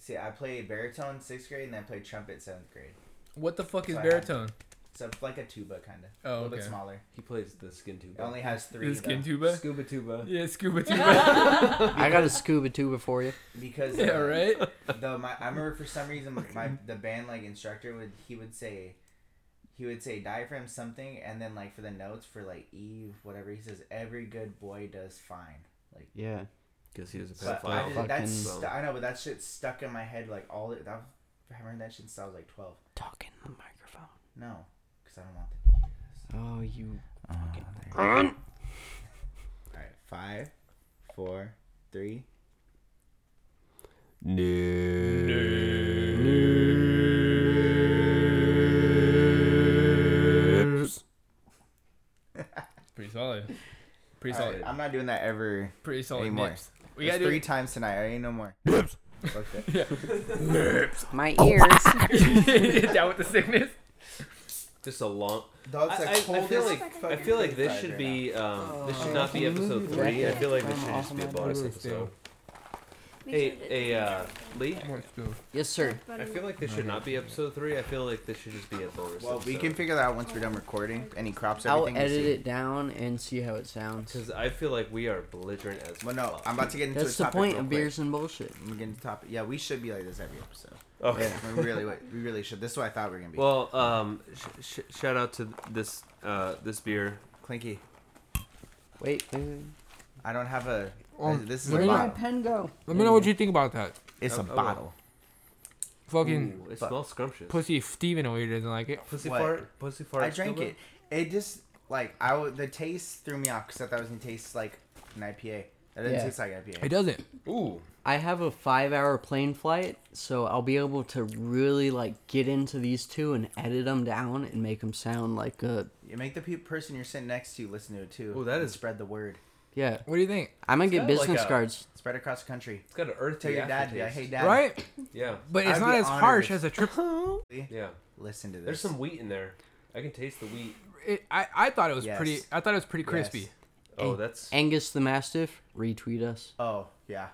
See, I played baritone sixth grade, and then I played trumpet seventh grade.
What the fuck is
So I had-
baritone?
So it's like a tuba kind of, a
Oh,
little
okay.
bit smaller.
he plays the skin tuba.
It only has three.
The skin
though,
tuba.
scuba tuba.
*laughs* Yeah, scuba tuba.
I got a scuba tuba for you.
because
*laughs* yeah,
uh,
right.
Though my, I remember for some reason my the band like instructor would he would say, he would say diaphragm something, and then like for the notes for like E whatever he says, every good boy does fine. Like
Yeah.
Because he was a
but I,
pedophile.
did- that's
Fucking-
stu- I know, but that shit stuck in my head like all the, that, I haven't heard that shit since I was like twelve.
Talk in the microphone.
No, because I don't want them to hear this.
Oh, you.
All right, five, four, three.
Pretty solid. Pretty
All right,
solid.
I'm not doing that ever.
Pretty solid.
anymore.
Nips. We
It's
gotta do
three
it.
times tonight. I ain't no more. Fuck that.
My ears.
*laughs* down with the sickness.
Just a long.
Dog, it's
I,
the
I, I feel
coldest
like I
fucking
feel like this
inside
should
right
be um, this should not be episode three. I feel like this should just be a bonus episode.
Make
Hey,
sure that
hey,
the
uh,
diaphragm-
Lee.
*laughs* yes, sir.
Butter-
I feel like this should not be episode three. I feel like this should just be a bonus.
Well, we can figure that out once we're done recording. Any crops,
I'll
everything. you
edit
see.
it down and see how it sounds.
because I feel like we are belligerent as.
Well, no,
fuck.
I'm about to get into
That's
a
the
topic
point
real
of
quick.
beers and bullshit.
I'm getting to topic. Yeah, we should be like this every episode.
Okay.
Yeah, we really, would- we really should. This is what I thought we were gonna be.
Well, um, sh- sh- shout out to this uh this beer.
Clinky,
Wait. wait,
I don't have a.
Um,
this is
where
a
did my
bottle.
pen go?
Let me know what you think about that.
It's a
Okay.
bottle.
Fucking
Ooh, it
Fuck.
smells scrumptious.
pussy Steven over here doesn't like it.
pussy
What?
fart. Pussy fart.
I drank
scuba?
it. It just like I w- the taste threw me off because I thought it was gonna taste like an IPA. That doesn't
Yeah.
taste like
It
IPA.
doesn't.
Ooh.
I have a five-hour plane flight, so I'll be able to really like get into these two and edit them down and make them sound like a
You make the pe- person you're sitting next to listen to it too.
Ooh, that
and
is-
spread the word.
yeah.
What do you think?
I'm gonna get
Sounds like
business
a-
cards.
Spread across the country.
It's got an earthy
Tell your dad, be like, hey
aftertaste.
dad,
Right?
Yeah.
But it's
I'd
not
be
as
honored
harsh
if-
as a triple.
Yeah.
listen to this.
There's some wheat in there. I can taste the wheat.
It, I, I thought it was
Yes.
pretty. I thought it was pretty crispy.
Yes.
Oh, that's
Angus the Mastiff, retweet us.
Oh yeah,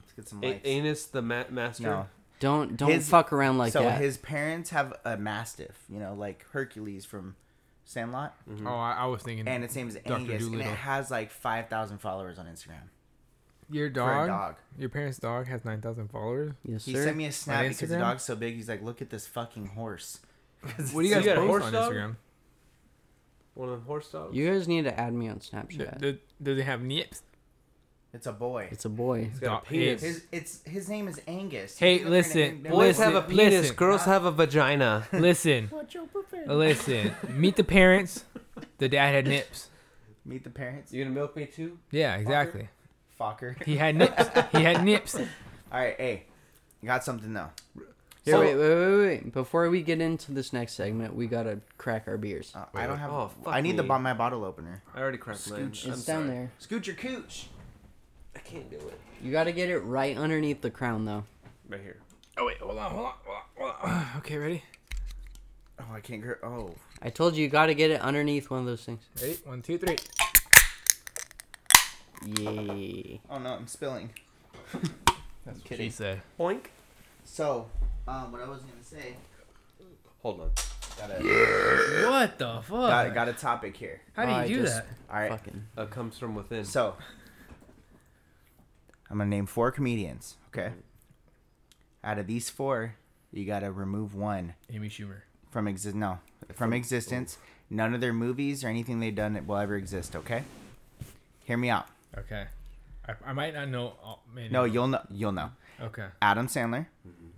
let's get some
a-
likes.
anus the ma- master.
No.
Don't don't
His-
fuck around like
so
that.
his parents have a mastiff, you know, like Hercules from Sandlot,
Oh, I, I was thinking.
Mm-hmm. and its name is
Dr.
Angus, and it
Dolittle.
has like five thousand followers on Instagram.
your
For
dog,
a dog,
your parents' dog, has nine thousand followers.
yes,
he
sir.
sent me a snap
On
because the
Instagram?
dog's so big. He's like, "Look at this fucking horse." *laughs*
What do you
So
guys
you got a
post
horse
on
dog?
Instagram?
One of them horse dogs.
you guys need to add me on
D-
Snapchat.
d- does it
*laughs*
have nips?
It's a boy.
it's a boy.
It's got
Dog-
a penis.
his-
His it's his name is Angus.
Hey,
He's never
listen,
named-
boys Listen, have a penis, listen.
Girls have a
*laughs*
vagina.
Listen, listen. Meet the parents. The dad had nips.
Meet the parents.
You gonna milk me too?
Yeah, exactly.
Fucker.
He had nips. he had
*laughs*
nips.
All right, hey, you got something though.
Here,
So-
wait, wait, wait, wait, wait. Before we get into this next segment, we gotta crack our beers.
Uh, I don't have.
Oh, fuck
I need the
me.
bo- my bottle opener.
I already cracked mine.
Scooch.
I'm
it's down
sorry.
there.
Scoot your cooch.
I can't do it.
You gotta get it right underneath the crown, though.
Right here.
Oh wait, hold on, hold on, hold on, hold on. Okay, ready?
Oh, I can't. Gr- oh,
I told you, you gotta get it underneath one of those things.
Ready? One, two, three.
Yay.
oh no, I'm
*laughs*
spilling. That's
She said.
Oink.
So, um, what I was gonna say.
Hold on.
Got a,
What the fuck?
got, got a topic here.
How do you
I
do
just-
that?
All right.
Fucking.
That comes from within.
So, I'm gonna name four comedians. Okay. Out of these four, you gotta remove one
Amy Schumer.
from exist. No, from existence. None of their movies or anything they've done will ever exist. Okay. Hear me out.
Okay. I, I might not know. All, maybe.
No, you'll know. You'll know.
Okay.
Adam Sandler,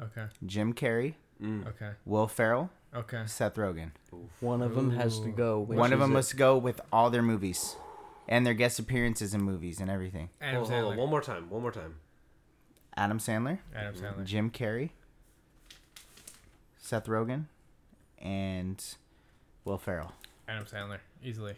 Okay.
Jim Carrey,
Hmm.
Okay.
Will Ferrell,
Okay.
Seth Rogen.
One of them has to
Ooh.
go. which
one of
is
them
it?
must go with all their movies, and their guest appearances in movies and everything.
Adam
hold, on, hold on.
Sandler.
One more time. One more time.
Adam Sandler,
Adam Sandler.
Jim Carrey, Seth Rogen, and Will Ferrell.
Adam Sandler. Easily.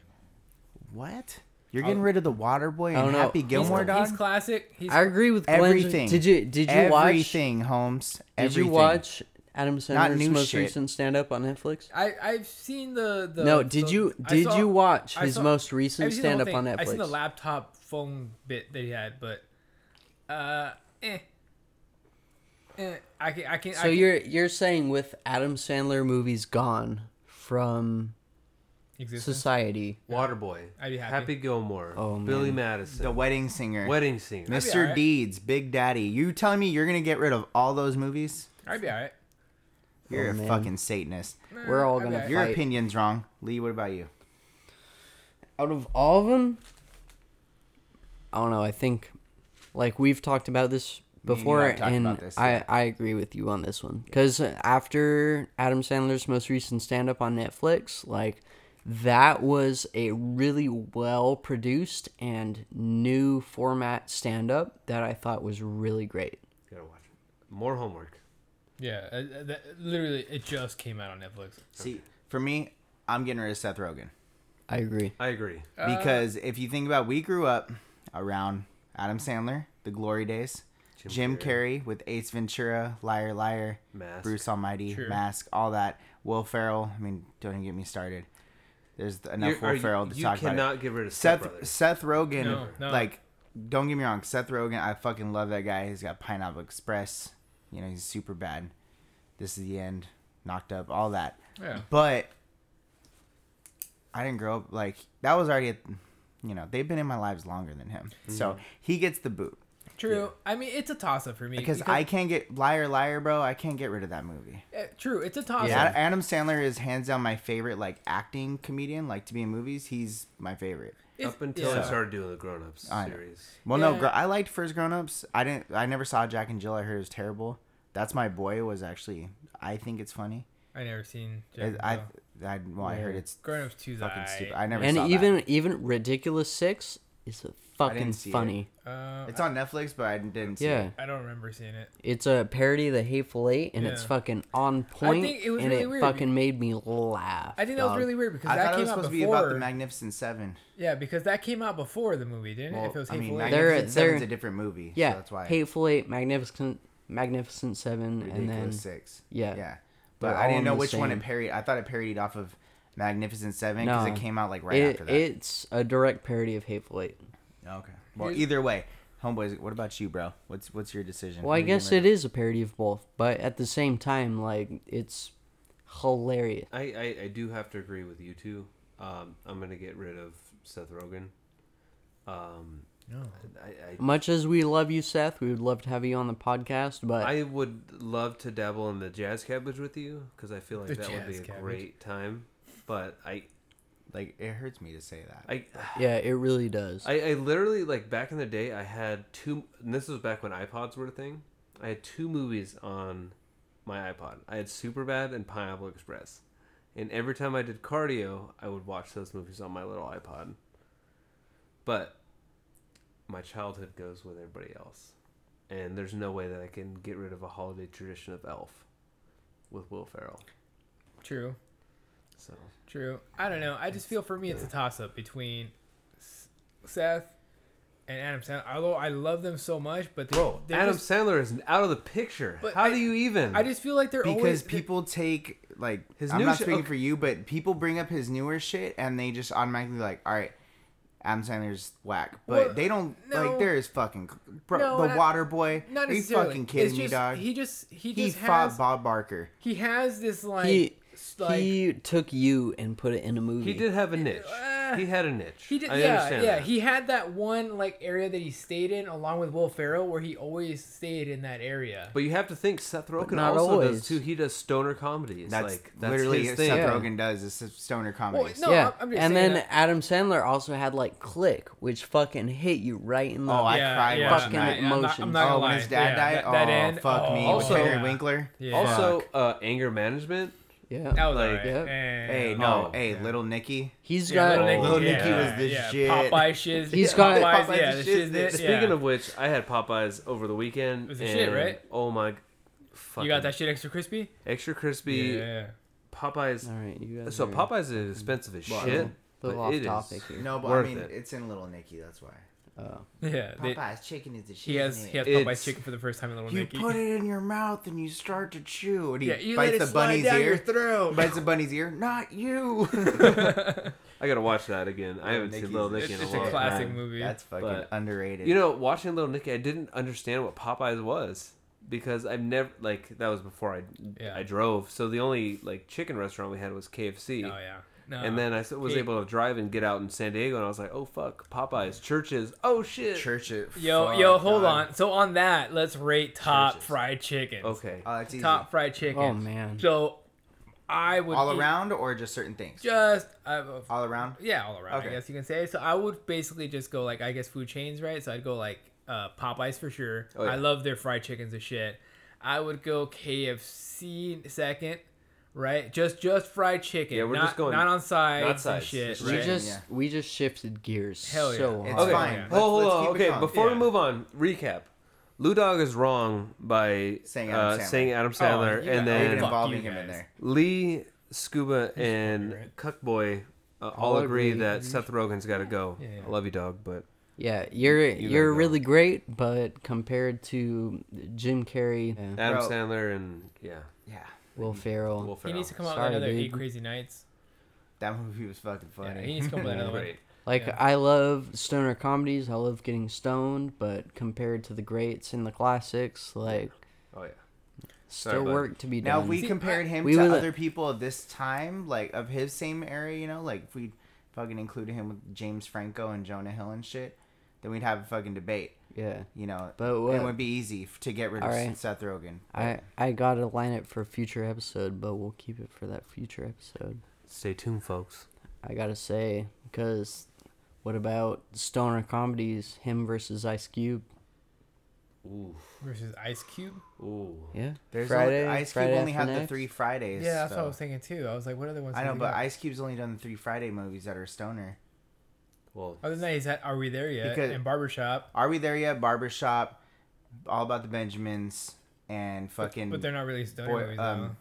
What? You're getting rid of the Water Boy
Oh. I
and
don't know.
Happy
He's-
Gilmore
he's,
dog?
He's classic. He's
I agree with Glenn's-
everything.
Did you did you
everything,
watch? Did
Everything, Holmes. Everything.
you watch Adam Sandler's
new
most
shit.
recent stand up on Netflix?
I I've seen the, the
no, did
the-
you
I
did
saw-
you watch
I
his
saw-
most
I've
recent
seen the whole
stand up on
thing. I seen the
Netflix?
laptop phone bit that he had, but uh, eh, eh. I can I can. I
So
can
you're you're saying with Adam Sandler movies gone from
existence.
society?
Waterboy.
I'd be happy.
Happy Gilmore.
Oh, man.
Billy Madison.
The Wedding Singer.
Wedding Singer.
be
Mr.
alright.
Deeds, Big Daddy. You telling me you're gonna get rid of all those movies?
I'd be alright.
You're
Oh,
a
man.
fucking Satanist.
We're all
I'd be
gonna
alright.
Your
Fight.
opinion's wrong. Lee, what about you?
Out of all of them, I don't know. I think like we've talked about this
and you
before,
have talked
and
about this,
I
yeah.
I agree with you on this one because after Adam Sandler's most recent stand up on Netflix, like that was a really well produced and new format stand up that I thought was really great.
Gotta watch it. More homework.
Yeah, uh, uh, that, literally, it just came out on Netflix.
See, for me, I'm getting rid of Seth Rogen.
I agree.
I agree.
Because if you think about we grew up around Adam Sandler, the glory days, Jim,
Jim
Carrey. with Ace Ventura, Liar Liar,
Mask.
Bruce Almighty,
True.
Mask, all that. Will Ferrell, I mean, don't even get me started. There's th-
You're-
enough
are
Will
you-
Ferrell to
you
talk about.
cannot
It.
get rid of Seth.
Seth
Brothers.
Seth Rogen,
No, no.
like don't get me wrong, Seth Rogen, I fucking love that guy. He's got Pineapple Express. You know, he's super bad. This is the end. Knocked up, all that.
Yeah.
But I didn't grow up like that was already, you know, they've been in my lives longer than him. So he gets the boot
True. I mean, it's a toss up for me
because I can't get liar liar bro. I can't get rid of that movie.
uh, true. It's a toss up.
Ad- Adam Sandler is hands down my favorite like acting comedian. Like to be in movies, he's my favorite.
Up until I
yeah.
started doing the Grown Ups
I know.
series.
Well, no,
Yeah.
gr- I liked First Grown Ups. I didn't. I never saw Jack and Jill. I heard it was terrible. That's my boy was actually. I think it's funny.
I never seen. Jack
I,
and
I,
Jill.
I well, I heard it's
Grown Ups Two's
fucking
aight.
stupid. I never
and
saw that.
even even ridiculous six is fucking
didn't see it.
funny.
Uh,
It's on Netflix, but I didn't see
Yeah,
it.
I don't remember seeing it.
it's a parody of the Hateful Eight, and it's
Yeah.
fucking on point,
think it was
and
really
it
weird
fucking made me laugh.
I think that was
dog.
really weird because
I
that
thought it
came
was
out
supposed
before.
to be about the Magnificent Seven.
yeah, because that came out before the movie, didn't
Well,
it? If it was
I mean,
Hateful Eight.
They're-
Magnificent Seven's
they're-
a different movie.
Yeah,
so that's why.
Hateful Eight, Magnificent, Magnificent Seven,
Ridiculous
and then
Six.
yeah.
yeah.
They're
But
all
I
on
didn't know
the
which one
same.
it parried. I thought it parried off of Magnificent Seven because
No.
it came out like right
it,
after that.
it's a direct parody of Hateful Eight.
okay. Well,
Here's-
either way, homeboys. What about you, bro? What's what's your decision?
Well, I guess it is a parody of both, but at the same time, like it's hilarious.
I, I, I do have to agree with you two. Um, I'm gonna get rid of Seth Rogen. Um,
No.
I,
Much as we love you, Seth, we would love to have you on the podcast, but
I, I would love to dabble in the jazz cabbage with you because I feel like
The
that would be
jazz
a
cabbage.
great time. But I
Like it hurts me to say that.
I
yeah, it really does.
I, I literally like back in the day I had two and this was back when iPods were a thing. I had two movies on my iPod. I had Superbad and Pineapple Express. And every time I did cardio, I would watch those movies on my little iPod. But my childhood goes with everybody else, and there's no way that I can get rid of a holiday tradition of Elf with Will Ferrell.
True.
So
True. I don't know. I just feel for me it's a toss up between S- Seth and Adam Sandler. Although I love them so much, but they,
Bro,
they're
Adam
just-
Sandler is out of the picture.
But
How
I-
do you even?
I just feel like they're
because
always
people take like
His
I'm
new
not
shit-
speaking
okay.
for you, but people bring up his newer shit and they just automatically like, all right, Adam Sandler's whack, but
Well,
they don't
no.
like there is fucking bro,
No,
the
not-
Water Boy.
not
Are you
necessarily.
fucking kidding
It's
me,
just-
dog? He,
He just he just
fought
has
Bob Barker.
he has this like
He
s- like he,
he took you and put it in a movie.
he did have a niche.
Uh,
he had a niche.
did yeah
I
yeah
understand that.
he had that one like area that he stayed in along with Will Ferrell where he always stayed in that area.
But you have to think Seth Rogen
not
also
always.
does too. He does stoner comedy. It's
That's
like that's
literally
his
what
thing.
Seth
Yeah.
Rogen does. Is stoner comedy.
Well, no,
yeah,
I'm- I'm just
and
saying
then
that-
Adam Sandler also had like Click, which fucking hit you right in the.
Oh, I
Yeah,
cried
yeah.
watching
Fucking
that.
yeah,
I'm not-
emotions.
I'm not gonna
oh,
lie.
when his dad
Yeah,
died.
that- that
oh,
end-
fuck
oh,
me.
also-
with Henry
yeah.
Winkler.
Yeah.
Also, uh, anger management.
yeah.
That was
like,
alright.
yeah.
Eh,
Hey, no,
Oh,
hey,
yeah.
Little Nicky.
He's
Yeah,
got
Little Nicky,
Little Nicky
yeah,
was the
yeah.
shit.
Popeye
*laughs*
shiz.
He's
yeah,
got-
Popeye's,
Popeye's
yeah,
the
the
shiz
shiz.
that-
yeah.
Speaking of which, I had Popeyes over the weekend.
was the shit,
and-
right?
Oh my, fucking
you got that shit extra crispy.
extra crispy
Yeah.
Popeyes.
All right, you guys.
So
are
Popeyes is expensive as
Well,
shit.
a little
but
off
it is-
topic here.
No, but
Worth
I mean,
it.
it's in Little Nicky. That's why.
Oh.
Yeah. They,
Popeye's chicken is the shit.
he has
isn't it?
he has
It's-
Popeye's chicken for the first time in Little
You
Nicky.
put it in your mouth and you start to chew. And he
yeah, you
bites
let it
the
slide
bunny's
down your
ear. *laughs*
throat.
bites the bunny's ear. Not
*laughs*
you. *laughs*
I gotta watch that again. I haven't
Nicky's-
seen Little
it's
Nicky in a
it's
long
a classic
time.
movie.
That's fucking
But-
underrated.
You know, watching Little Nicky, I didn't understand what Popeyes was because I've never like that was before I
Yeah.
I drove. So the only like chicken restaurant we had was KFC.
oh yeah. No.
And then I s- was
He-
able to drive and get out in San Diego, and I was like, "Oh fuck, Popeyes, churches, oh shit."
church it.
yo
fuck,
yo hold
God.
on. So on that, let's rate top
Jesus.
fried chicken.
Okay,
Oh, that's easy.
Top fried chicken.
Oh, man.
So I would
All
eat
around or just certain things?
Just uh,
All around?
Yeah, all around. I
Okay.
guess you can say. So I would basically just go like I guess food chains, right? So I'd go like uh, Popeyes for sure.
Oh, yeah.
I love their fried chickens and shit. I would go KFC second, right? Just just fried chicken.
Yeah, we're
not,
just going-
not on sides,
not
and
sides,
shit.
just
We
Right?
just
Yeah.
we just shifted gears
Hell yeah.
so
It's
hard.
okay.
fine.
yeah.
Let's-
hold,
let's
hold on.
keep it
Okay,
going.
before
Yeah.
we move on, recap. Lou Dog is wrong by
Saying
uh,
Adam Sandler.
saying Adam Sandler,
Oh, you
Even
got- Fuck
and then
involving
you
him in
guys.
there.
Lee, Scuba, and Cuckboy uh, all agree that Seth Rogen's got to go.
yeah.
I love you, dog, but
Yeah, you're you
You
are
gotta go.
really great, but compared to Jim Carrey, yeah,
Adam
Bro.
Sandler and yeah,
Yeah.
Will Ferrell,
Will
he
Ferrell.
needs to come out
Sorry,
with another
dude.
Eight Crazy Nights.
That movie was fucking
Yeah,
funny.
he needs to come up with another one.
*laughs* Great.
like
yeah.
I love stoner comedies, I love getting stoned, but compared to the greats and the classics, like
Oh yeah.
still
Sorry, bud.
work to be
Now,
done.
if we
See,
compared
I-
him
we
to
would-
other people of this time, like of his same area, you know, like if we fucking included him with James Franco and Jonah Hill and shit, then we'd have a fucking debate,
yeah,
you know.
but
And
what,
it would be easy f- to get rid of
All right.
Seth Rogen.
I I gotta line it for a future episode, but we'll keep it for that future episode.
Stay tuned, folks.
I gotta say because what about stoner comedies? Him versus Ice Cube,
Ooh,
Versus Ice Cube.
ooh.
yeah.
There's
Friday-
only, Ice Cube
Friday
only
after
had the
next?
three Fridays.
Yeah, that's what I
so-
was thinking too. I was like, what other ones?
I
did
know,
he
but
do?
Ice Cube's only done the three Friday movies that are stoner.
Well,
other than that, he's at Are We There Yet?
Because-
and Barbershop,
Are we there yet? Barbershop, All About the Benjamins, and fucking
but they're not really stoner
Boy-
movies.
um,
though.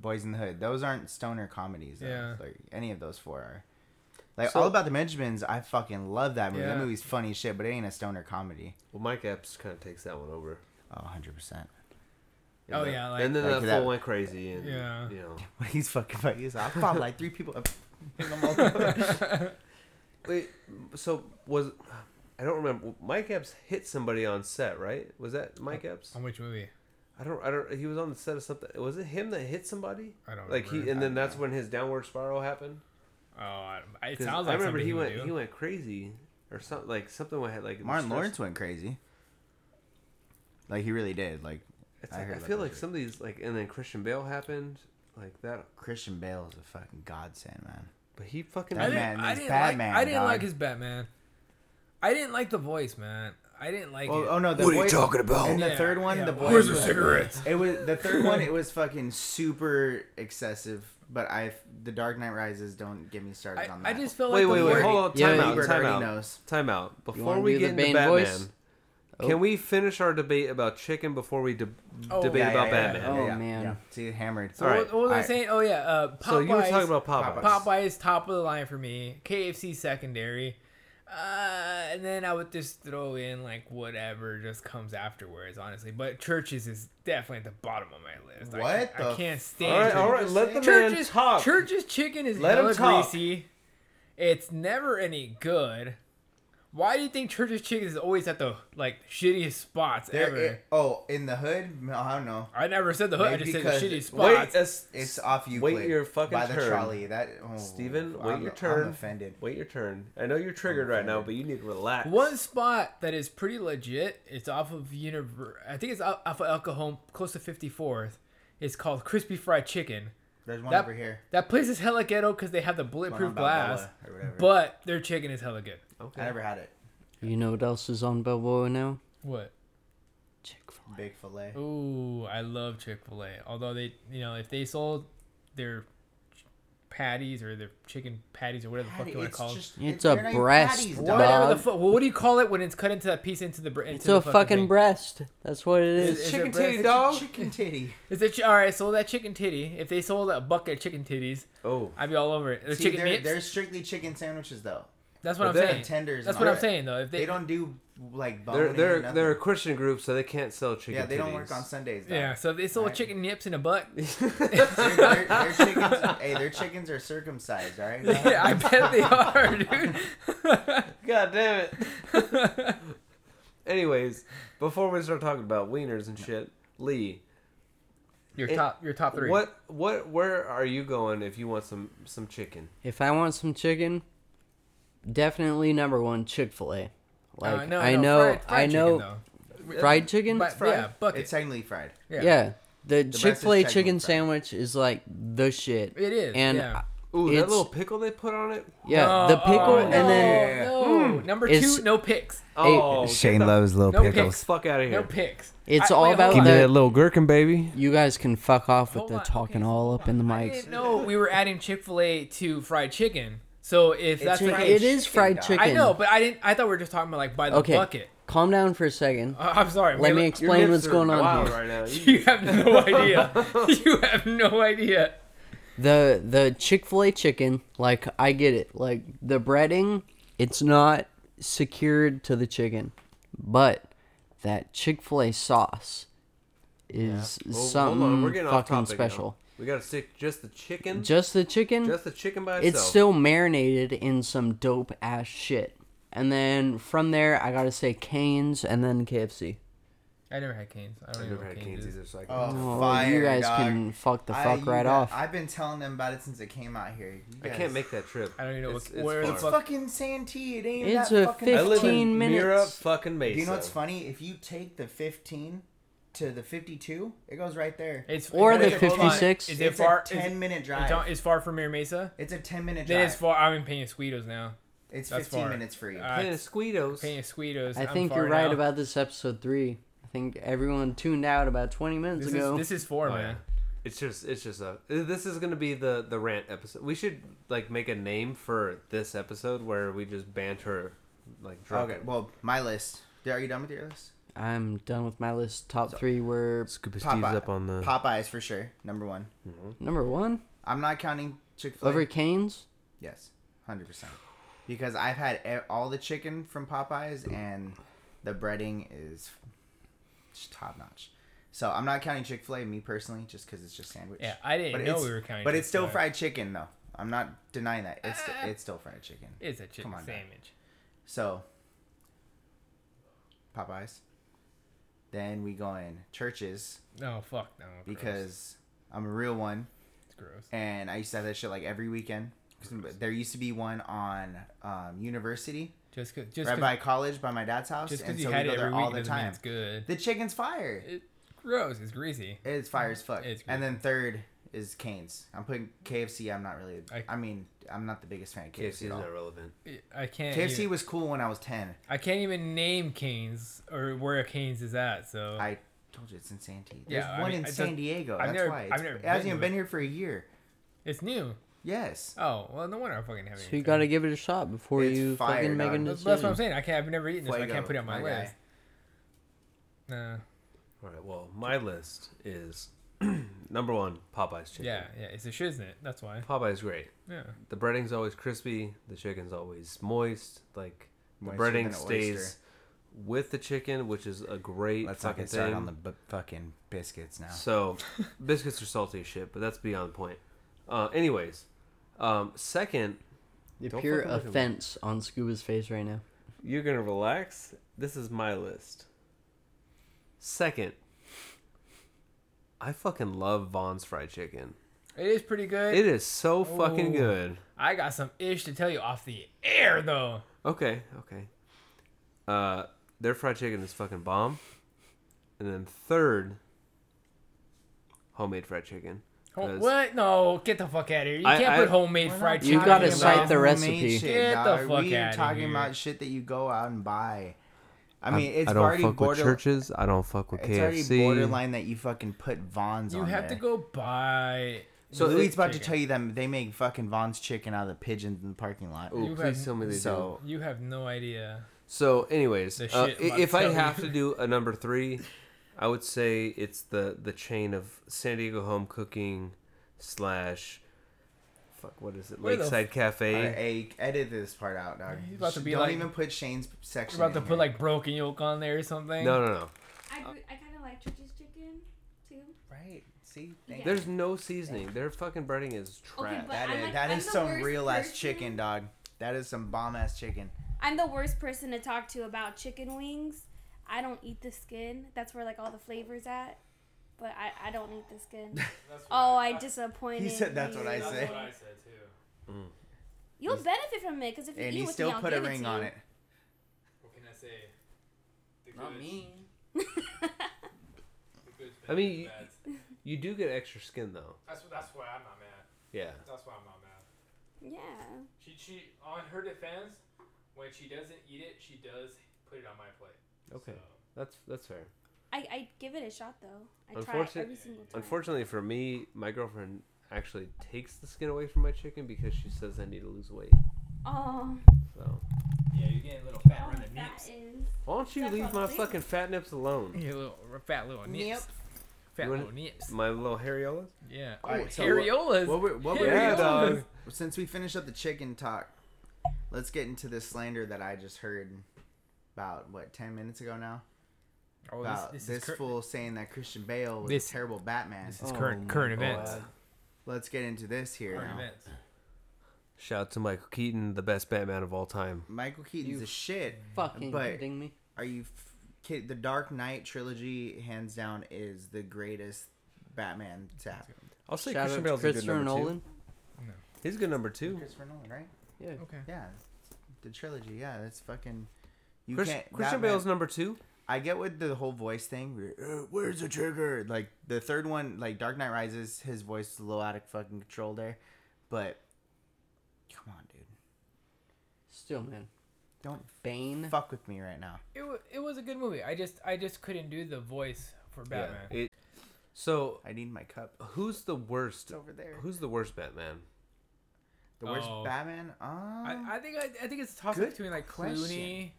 Boys in the Hood. Those aren't stoner comedies. Though.
Yeah.
Like any of those four are. Like
So-
All About the Benjamins, I fucking love that movie.
Yeah.
That movie's funny as shit, but it ain't a stoner comedy.
well, Mike Epps kind of takes that one over.
Oh, 100%.
Oh, yeah, like-
and then
Like
that
that-
fool went crazy, and
Yeah.
you know.
*laughs* He's fucking funny. He's like, I fought like three people.
*laughs*
Wait, so was I don't remember. Mike Epps hit somebody on set, right? Was that
Uh,
Mike Epps?
On which movie?
I don't. I don't. He was on the set of something. Was it him that hit somebody?
I don't
Like he,
remember.
and then that's when his downward spiral happened.
Oh, I, I- it
'Cause
sounds
I
like
remember
something
he
would
went.
do.
He went crazy, or something like something went like
*laughs* Martin
stress-
Lawrence went crazy. Like, he really did. Like,
It's
I
like, I,
heard about
feel
that
like
shit.
some of these like, and then Christian Bale happened, like that.
Christian Bale is a fucking godsend, man.
But he fucking.
I
That
didn't,
man
I
is
didn't
Batman,
like. I didn't
dog.
like his Batman. I didn't like the voice, man. I didn't like
Oh,
uh,
it.
oh no! The what are you talking about? And the
Yeah,
third one,
yeah,
the
well,
boy.
Where's the cigarettes? *laughs*
It was the third one. It was fucking super excessive But I, the Dark Knight Rises, don't get me started
I,
on that.
I just felt
Wait,
like
wait,
the
wait.
word-
Hold on.
Yeah,
Time out.
Ebert
Time
already
out.
knows.
Time out. Before
wanna
we
do the
get into
Bane
Batman,
voice? Oh.
can we finish our debate about chicken before we de-
Oh.
debate
Yeah,
about
yeah, yeah,
Batman?
Oh,
yeah, yeah.
man.
Yeah. See, hammered.
So what, what was I
Alright.
saying? Oh yeah, uh, Popeyes.
So you were talking about Popeyes.
Popeyes.
Popeyes top of the line for me. KFC secondary. Uh, and then I would just throw in like whatever just comes afterwards, honestly. But churches is definitely at the bottom of my list. I,
What
can't- I
the
can't stand.
All right,
churches.
all right. Let the man
Church's
talk.
Church's chicken is
Let him
hella
talk.
greasy. It's never any good. Why do you think Church's chicken is always at the like shittiest spots
There,
ever?
it- oh, in the hood? No, I don't know.
I never said the hood. I
Maybe
just said the
because-
shittiest
Wait, uh,
spots.
a s-
It's off Euclid.
Wait your fucking
by the
turn.
trolley. That oh,
Steven,
I'm-
wait your
I'm
turn.
offended.
Wait your turn. I know you're triggered right now, but you need to relax.
One spot that is pretty legit. It's off of Univer. I think it's off off of El Cajon, close to 54th. It's called Crispy Fried Chicken.
There's one
That-
over here.
That place is hella ghetto because they have the
One on
bulletproof
Balboa
glass,
or whatever.
but their chicken is hella good.
I never had it.
You know what else is on Balboa now?
What?
Chick Fil
Big fillet.
Ooh, I love Chick Fil A. Although they, you know, if they sold their patties or their chicken patties or whatever the fuck you want to
It's
call it.
just-
It's
they're
a
not even
breast,
patties,
bro.
dog.
Whatever the
dog.
fuck. Well, what do you call it when it's cut into that piece into the br- into
It's
the
a fucking
thing?
breast. That's what it is.
Is- is
chicken
it breast?
titty dog.
Chicken titty.
Is it chi- all right? Sold that chicken titty. If they sold a bucket of chicken titties,
Oh,
I'd be all over it. The
See,
chicken
they're,
nips.
they're strictly chicken sandwiches though.
That's what
but
I'm
they're
saying.
Tenders.
That's
and
what
all that.
I'm saying though. If
They,
they,
don't do like bone.
they're they're they're a Christian group, so they can't sell chicken.
yeah. They don't work
titties.
on Sundays. Though.
yeah. So if they sold
Right.
chicken nips in
*laughs*
a butt,
Their- their-
*laughs*
their chickens- hey, their chickens are circumcised. All right.
yeah, *laughs* I bet they
*laughs*
are, dude.
God damn it.
*laughs*
Anyways, before we start talking about wieners and shit, Lee,
Your
It-
top, your top three.
what what where are you going if you want some some chicken?
If I want some chicken, definitely number one Chick Fil A. Like
Uh, no,
I
no,
know,
fried- fried
I
chicken,
know,
though.
fried chicken.
But,
fried.
Yeah, bucket.
It's technically fried.
yeah.
yeah.
the
best
Chick Fil A
is technically
chicken
fried.
sandwich is like the shit.
It is,
and
yeah.
I-
Ooh, that
It's-
little pickle they put on it.
yeah,
No,
the pickle
oh,
and
no,
then
Yeah. Hmm.
no. number
It's-
two, no picks,
Oh,
Shane
get the
loves little
No
pickles.
picks.
fuck out of here.
no picks.
It's
I-
all
wait,
about
hold
Give
on.
me that
little gherkin, baby.
you guys can fuck off
Oh,
with
Hold
the
on,
talking
okay,
all up in the
I
mics.
didn't know we were adding Chick Fil A to fried chicken. So if that's the
fried
case,
It is fried
dog.
chicken.
I know, but I didn't. I thought we were just talking about like by the
Okay,
bucket. *laughs*
calm down for a second.
Uh, I'm sorry.
Let
man.
me explain what's going on here. *laughs*
right now. You-
You have no idea. you have no idea.
the the chick-fil-a chicken like i get it like the breading it's not secured to the chicken but that chick-fil-a sauce is
Well,
something
hold on, we're getting off
fucking
topic now.
special
We gotta stick just the chicken, just,
just the chicken
the chicken by
it's
itself.
still marinated in some dope ass shit and then from there i gotta say canes and then kfc
I never had canes. I don't
I've
even
never
know
had
what
canes
canes is.
either, so I can.
Oh,
Oh,
fire,
you guys
dog.
can fuck the
I-
fuck
you
right
got-
off
I've been telling them about it since it came out here. You
I
guys-
can't make that trip.
I don't even know
It's-
what-
it's
where the
far.
It's
fuck-
fucking Santee. It ain't
It's
that
a
fucking.
I live
15
in Mira
minutes.
fucking Mesa.
Do you know what's funny? If you take the 15 to the 52, it goes right there.
It's
Or the
wait, hold on.
56.
Is it
it's
far?
a
is-
10 minute
it's on-
drive.
It's far from Mira Mesa.
It's a 10 minute
Then it's
drive.
far. I'm in Penasquitos now.
It's
that's
15
far.
minutes for you.
Uh, Hey,
squitos.
Penasquitos.
i
I'm
think
far
you're right
now.
about this episode three i think everyone tuned out about 20 minutes
this. Is,
ago
this is four,
Oh,
man.
It's just, it's just a. This is gonna be the the rant episode. We should like make a name for this episode where we just banter, like drunk.
okay, well, my list. Are you done with your list?
I'm done with my list. Top three were
Scoop his
Popeye-
teeth up on the.
Popeyes for sure. Number one.
number one,
I'm not counting Chick fil A.
over Canes.
Yes, hundred percent. Because I've had e- all the chicken from Popeyes, and the breading is top notch. So I'm not counting Chick Fil A, me personally, just because it's just sandwich.
Yeah, I didn't know
it's-
we were counting
But it's still
Chick-fil-A. Ah.
fried chicken, though. I'm not denying that. It's st- it's still fried chicken.
It's a chicken
Come on, man.
sandwich.
So Popeyes. Then we go in churches
No, fuck no. gross.
because I'm a real one
it's gross.
and I used to have that shit like every weekend. There used to be one on um, University,
Just 'cause- just
right
'cause-
by college, by my dad's house,
just
and
because
so
you
we
had
go
it every
there
week
all the
doesn't mean
time.
it's good.
The chicken's fire.
It's gross. It's greasy.
It's fire as fuck.
It's
and then third is Canes. I'm putting KFC. I'm not really. I,
I-
mean, I'm not the biggest fan of KFC,
KFC is
at all.
not relevant.
I can't.
KFC
even-
was cool when I was ten.
I can't even name Canes or where Canes is at. So
I told you it's in Santee. There's
Oh. Yeah, I
one
mean,
in
I
San
just-
Diego.
I've
That's
never-
why.
I've
It's,
never
it
been
hasn't even
to
been
it.
here for a year.
It's new.
Yes.
Oh well, no wonder I fucking haven't.
So you
eaten
gotta
it.
give it a shot before
It's
you
fire,
fucking make
dog.
a
That's, that's what I'm
decision.
saying. I can't. I've never eaten it, so I
Fuego,
can't put it on my,
my guy.
list. Nah.
All right. Well, my list is *clears throat* number one Popeyes chicken.
yeah, yeah. It's a shiznit. That's why.
Popeye's great.
Yeah.
The breading's always crispy. The chicken's always moist. Like the
Moister than
breading
an
stays
oyster.
with the chicken, which is a great
Let's not
fucking
get started
thing.
on the b- fucking biscuits now.
So, biscuits are salty as shit, but that's beyond the point. Uh, anyways, um, second,
The
Don't
pure
fucking look at me.
offense on Scuba's face right now.
you're gonna relax. This is my list. Second, I fucking love Vaughn's fried chicken.
It is pretty good.
It is so fucking
Oh.
Ooh.
good.
I got some ish to tell you off the air though.
Okay, okay. Uh, their fried chicken is fucking bomb. And then third, homemade fried chicken.
Oh,
Home-
'Cause
what? No, get the fuck out of here. You
I-
can't
I-
put homemade
We're
fried
not
You
chicken.
gotta
talking
cite
about
the
homemade
recipe.
shit,
Get the
dog.
fuck
we
outta
talking
here.
about shit that you go out and buy. I
I'm-
mean, it's
I don't
already
fuck with
border-
churches. I don't fuck with
It's
KFC.
already borderline that you fucking put Vaughn's
You
on
have
there.
to go buy.
So
the
Louis about to
chicken.
tell you that they make fucking Vaughn's chicken out of the pigeons in the parking lot.
Ooh,
You
please
have-
tell me they do.
so
You have no idea.
So, anyways,
The
uh,
shit
i-
I'm
if I
telling
have
you.
to
*laughs*
do a number three, I would say it's the the chain of San Diego home cooking slash fuck what is it
Where the
Lakeside Cafe.
Alright, hey, edit this part out, dog.
He's about to be
Don't
like-
even put Shane's section.
You're about to
in
put
here.
like broken yolk on there or something.
No, no, no.
I, do- I kind of like Church's chicken too.
right. See,
Yeah.
There's no seasoning. Their fucking breading is trash.
but
that
I'm
is
like-
that
I'm
is
the
some
worst
real ass
person.
chicken, dog. That is some bomb ass chicken.
I'm the worst person to talk to about chicken wings. I don't eat the skin. That's where like all the flavors at. But I, I don't eat
*laughs*
the skin. oh, I disappointed.
He said that's what I
you.
said.
said too.
You'll benefit from it because if you
And
eat
he
with
still
me, I'll
put a
give it
ring
to
on
you.
it.
What can I say?
I mean, you- You do get extra skin though.
That's that's why I'm not mad.
Yeah.
That's why I'm not mad.
yeah.
She she on her defense, when she doesn't eat it, she does put it on my plate.
Okay. That's that's fair.
I, I give it a shot though. I
Unfortunate-
try every single time.
Unfortunately for me, my girlfriend actually takes the skin away from my chicken because she says I need to lose weight.
Oh,
So
Yeah, you're getting a little
oh
fat around the
that
nips. *laughs*
is.
why don't you
That's
leave
what
my
I'm thinking.
fucking fat nips alone?
Your little fat little nips.
Yep.
Fat
You wanna-
little nips.
My little hariolas.
Yeah. Oh,
Alright, so what-
areolas.
What were, what were
Yeah,
you
dog.
doing? Since we finished up the chicken talk, let's get into this slander that I just heard about what ten minutes ago now.
oh,
About
this,
this,
this is cur-
fool saying that Christian Bale was
This-
a terrible Batman.
this is
Oh
current
my
current events.
God.
let's get into this here.
Current
now.
events.
Shout out to Michael Keaton, the best Batman of all time.
Michael Keaton's
You
a shit.
Fucking
But-
kidding me?
Are you f- kid? The Dark Knight trilogy, hands down, is the greatest Batman to happen.
I'll say
Shout out
Christian
to
Bale's a
Christopher
good number
Nolan.
two. He's good number two.
Christopher Nolan, right?
Okay.
Yeah, the trilogy. Yeah, that's fucking. You
Chris,
can't,
Christian
Batman-
Bale's number two.
I get with the whole voice thing. where, "Uh, Where's the trigger? Like the third one, like Dark Knight Rises, his voice is a little out of fucking control there. But come on, dude,
Still, man.
don't
Bane.
fuck with me right now.
It, wa it was a good movie. I just I just couldn't do the voice for Batman.
Yeah. It, so
I need my cup.
who's the worst?
It's over there.
Who's the worst Batman?
The worst
Oh.
Batman. Uh,
I, I think I, I think it's a toss up
Good
between like Clooney.
question.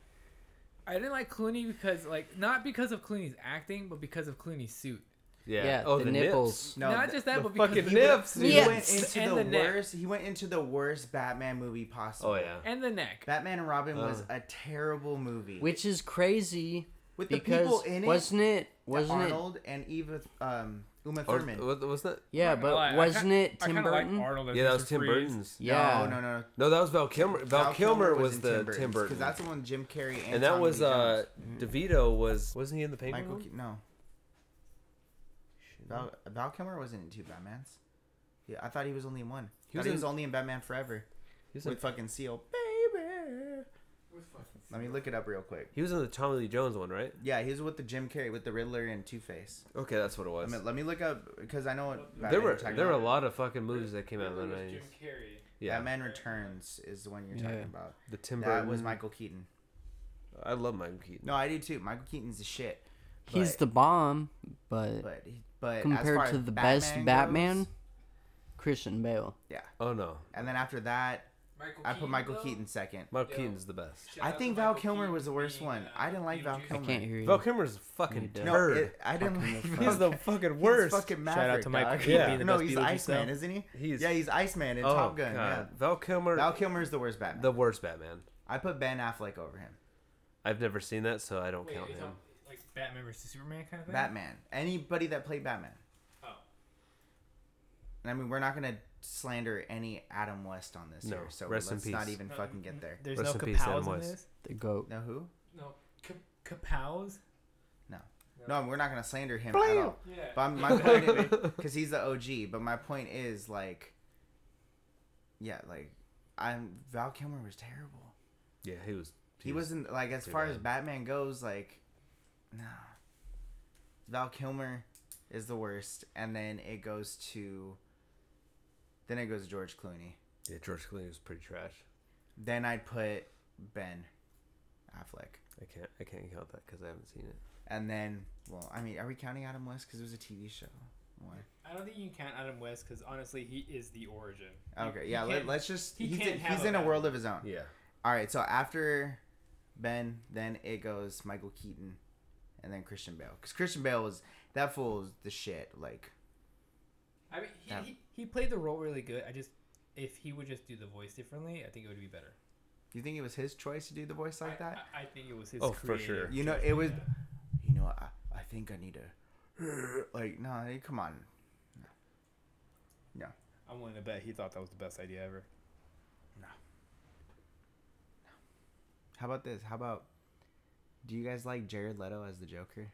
I didn't like Clooney because like not because of Clooney's acting, but because of Clooney's suit.
Yeah. Oh,
Yeah,
Oh,
the nipples.
no,
not
th-
just that,
the
but because
fucking
he went-
nips,
He
Yeah.
went into
and
the,
the neck.
worst. He went into the worst Batman movie possible.
Oh yeah.
and the neck.
Batman and Robin was
Uh.
a terrible movie.
Which is crazy
with the people
because
in it,
wasn't it?
wasn't
Wasn't it?
Arnold and Eva, um, Uma
Or,
Thurman.
was, was that?
Yeah,
Not gonna
but
lie, I
wasn't
ki-
it
I
Tim
kinda like
Burton?
Arnold as
Yeah, that
Mr.
was Tim
Freeze.
Burton's.
yeah.
No, no, no.
No, that was Val Kilmer. Val, Kilmer, was, the Tim Burton.
because that's the one Jim Carrey and,
and that
Tommy
was
Lee
uh
Jones.
DeVito was wasn't he in the paper?
Michael. Ke- no, Val, Val Kilmer wasn't in two Batmans. Yeah, I thought he was only in one.
He
He
was
was, he was
in-
only in Batman Forever
He was, in,
with fucking Seal, baby. Let me look it up real quick.
he was in the Tommy Lee Jones one, right?
Yeah, he was with the Jim Carrey with the Riddler and Two Face.
Okay, that's what it
I
was.
mean, let me look up because I know what Batman
there
you're
were
talking
there were a
about.
lot of fucking movies that came out in the nineties. Yeah,
Batman Returns is the one you're talking
Yeah.
about.
the Tim
that
Burton.
was Michael Keaton.
I love Michael Keaton.
No, I do too. Michael Keaton's the shit.
He's
but-
the bomb, but,
but he- but as far
compared
as
to the best
goes,
Batman, Christian Bale.
Yeah.
Oh no,
And then after that,
Michael
I put Michael
though?
Keaton second.
Mark
Yeah.
Keaton's the best.
Shout
I
out
think
to
Val
Michael
Kilmer
Keaton
was the worst
being,
one.
uh,
I didn't like Val
Beetlejuice.
I
Kilmer.
can't hear you.
Val Kilmer's a
You
fucking
don't.
No,
turd.
it, I didn't *laughs* like.
Fucking
He's the fucking worst.
He's fucking
Shout out
Maverick,
to Michael
dog.
Keaton being the
no,
best
he's
Beetlejuice
Iceman,
now.
isn't he?
He's- Oh,
yeah, he's Iceman in Top Gun. Yeah.
God. Val Kilmer,
Val Kilmer is the worst Batman.
the worst Batman.
I put Ben Affleck over him.
I've never seen that, so I don't
Wait,
count
you
him.
talking, like Batman versus Superman kind of thing.
Batman. Anybody that played Batman.
Oh.
And I mean, we're not gonna slander any Adam West on this
No,
here, so
rest in
let's not
peace.
even fucking get there.
There's
Rest
no
in peace,
Kapows
Adam
in
West.
this.
The goat.
No who?
No Ka- Kapows.
No, we're not gonna slander him at all.
Yeah.
But
*laughs*
my point, because he's the OG. But my point is like, yeah, like, I'm Val Kilmer was terrible.
Yeah, he was.
He wasn't like as far as
bad.
Batman goes, like, no. Val Kilmer is the worst, and then it goes to, then it goes to George Clooney.
Yeah, George Clooney was pretty trash.
Then I'd put Ben Affleck.
I can't. I can't count that because I haven't seen it.
And then, well, I mean, are we counting Adam West? Because it was a TV show. Why?
I don't think you can count Adam West because honestly, he is the origin.
Okay, yeah,
he
let,
can't-
us just.
he
he's
can't
in,
have
he's
a
in a
bad
world of his own.
Yeah.
All right, so after Ben, then it goes Michael Keaton, and then Christian Bale. Because Christian Bale was. That fool was the shit. Like,
I mean, he,
Yeah.
he, he played the role really good. I just, if he would just do the voice differently, I think it would be better.
you think it was his choice to do the voice like
I-
that?
I, I think it was his.
Oh, for
creative
sure.
You know, it was-
choice,
you know, I, I think I need to. *sighs* Like, no, hey, come on.
yeah. I'm willing to bet he thought that was the best idea ever.
How about this? How about. Do you guys like Jared Leto as the Joker?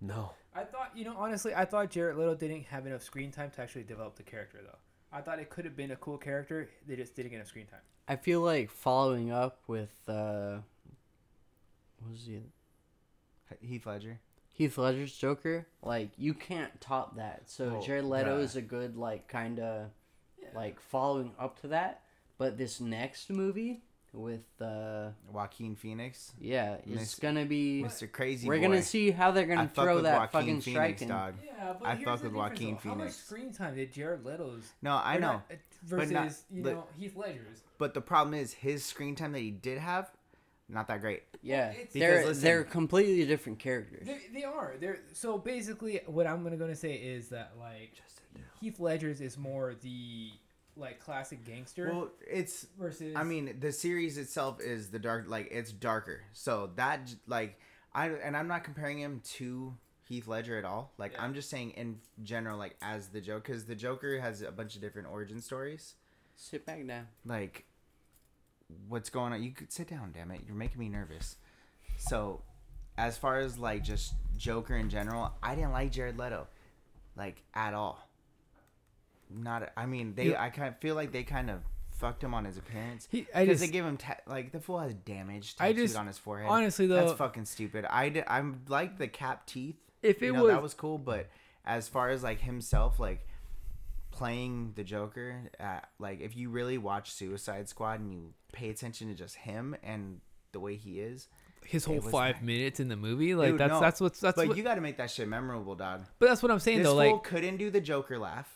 No.
I thought, you know, honestly, I thought Jared Little didn't have enough screen time to actually develop the character though. I thought it could have been a cool character. They just didn't get enough screen time.
I feel like following up with uh, what was he?
Heath Ledger?
Heath Ledger's Joker. Like you can't top that. So
Oh,
Jared Leto
bruh.
is a good like kind of like following up to that. But this next movie with uh,
Joaquin Phoenix?
yeah, it's
Miss-
gonna be.
Mr. Crazy
We're
Boy.
gonna see how they're gonna
I fuck
throw
with
that
Joaquin
fucking strike
Phoenix,
in.
dog.
Yeah,
I here's fucked the with difference, Joaquin though.
How
How much
much
Phoenix.
screen time did Jared Little's? uh,
No, I know. versus,
versus
not-
you
you but-
know Heath Ledger's.
But the problem is his screen time that he did have, not that great.
Yeah,
it's-
they're
Because listen-
they're completely different characters.
They, they are. They're so basically what I'm gonna gonna say is that like Heath Ledger's is more the like classic gangster
Well, it's
versus.
I mean, the series itself is the dark like it's darker. So that j- like I and I'm not comparing him to Heath Ledger at all. Like
Yeah.
I'm just saying in general like as the Joker cuz the Joker has a bunch of different origin stories.
Sit back down.
Like what's going on? You could sit down, damn it. You're making me nervous. So, as far as like just Joker in general, I didn't like Jared Leto like at all. Not I mean, they I kind of feel like they kind of fucked him on his appearance.
he, I
Because
just
they give him ta- like the fool has damage
I
tattooed
just-
on his forehead.
honestly though,
that's fucking stupid. I did, I like the cap teeth.
if it
you know,
was,
that was cool, but as far as like himself, like playing the Joker, at, like if you really watch Suicide Squad and you pay attention to just him and the way he is,
his
whole
whole
it was
five
five like-
minutes in the movie, like
Dude,
that's
no.
that's what's that's
but
what,
you got to make that shit memorable, dog.
but that's what I'm saying
This
though,
fool
like.
couldn't do the Joker laugh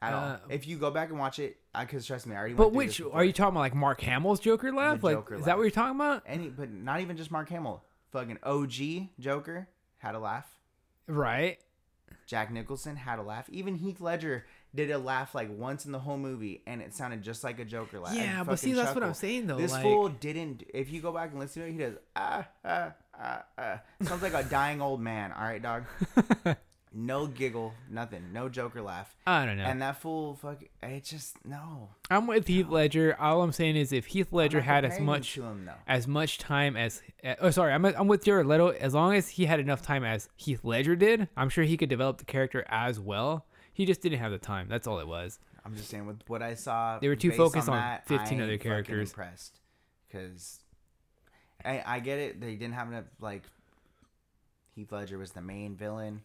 at
Uh,
all. If you go back and watch it, I because trust me, I already. went
But
through
which
this
are you
before.
talking about? Like Mark Hamill's Joker laugh? like
Joker
is that
laugh.
what you're talking about?
Any, but not even just Mark Hamill. Fucking OG Joker had a laugh.
Right.
Jack Nicholson had a laugh. Even Heath Ledger did a laugh like once in the whole movie, and it sounded just like a Joker laugh. I
Yeah, but see,
fucking
that's what I'm
chuckled.
saying though.
This
like,
fool didn't. If you go back and listen to it, he does ah ah ah ah. Sounds like a dying old man. All right,
*laughs*
dog. No giggle, nothing. No Joker laugh.
I don't know.
And that fool, fuck, it just no.
I'm with Heath Ledger. All I'm saying is, if Heath Ledger
I'm not
had as
comparing him
much
to him though.
as much time as, uh, oh sorry, I'm I'm with Jared Leto. As long as he had enough time as Heath Ledger did, I'm sure he could develop the character as well. He just didn't have the time. That's all it was.
I'm just saying with what I saw.
They were too
based
focused on 15
I
other
ain't fucking
characters.
Impressed, because I, I get it. They didn't have enough. Like Heath Ledger was the main villain.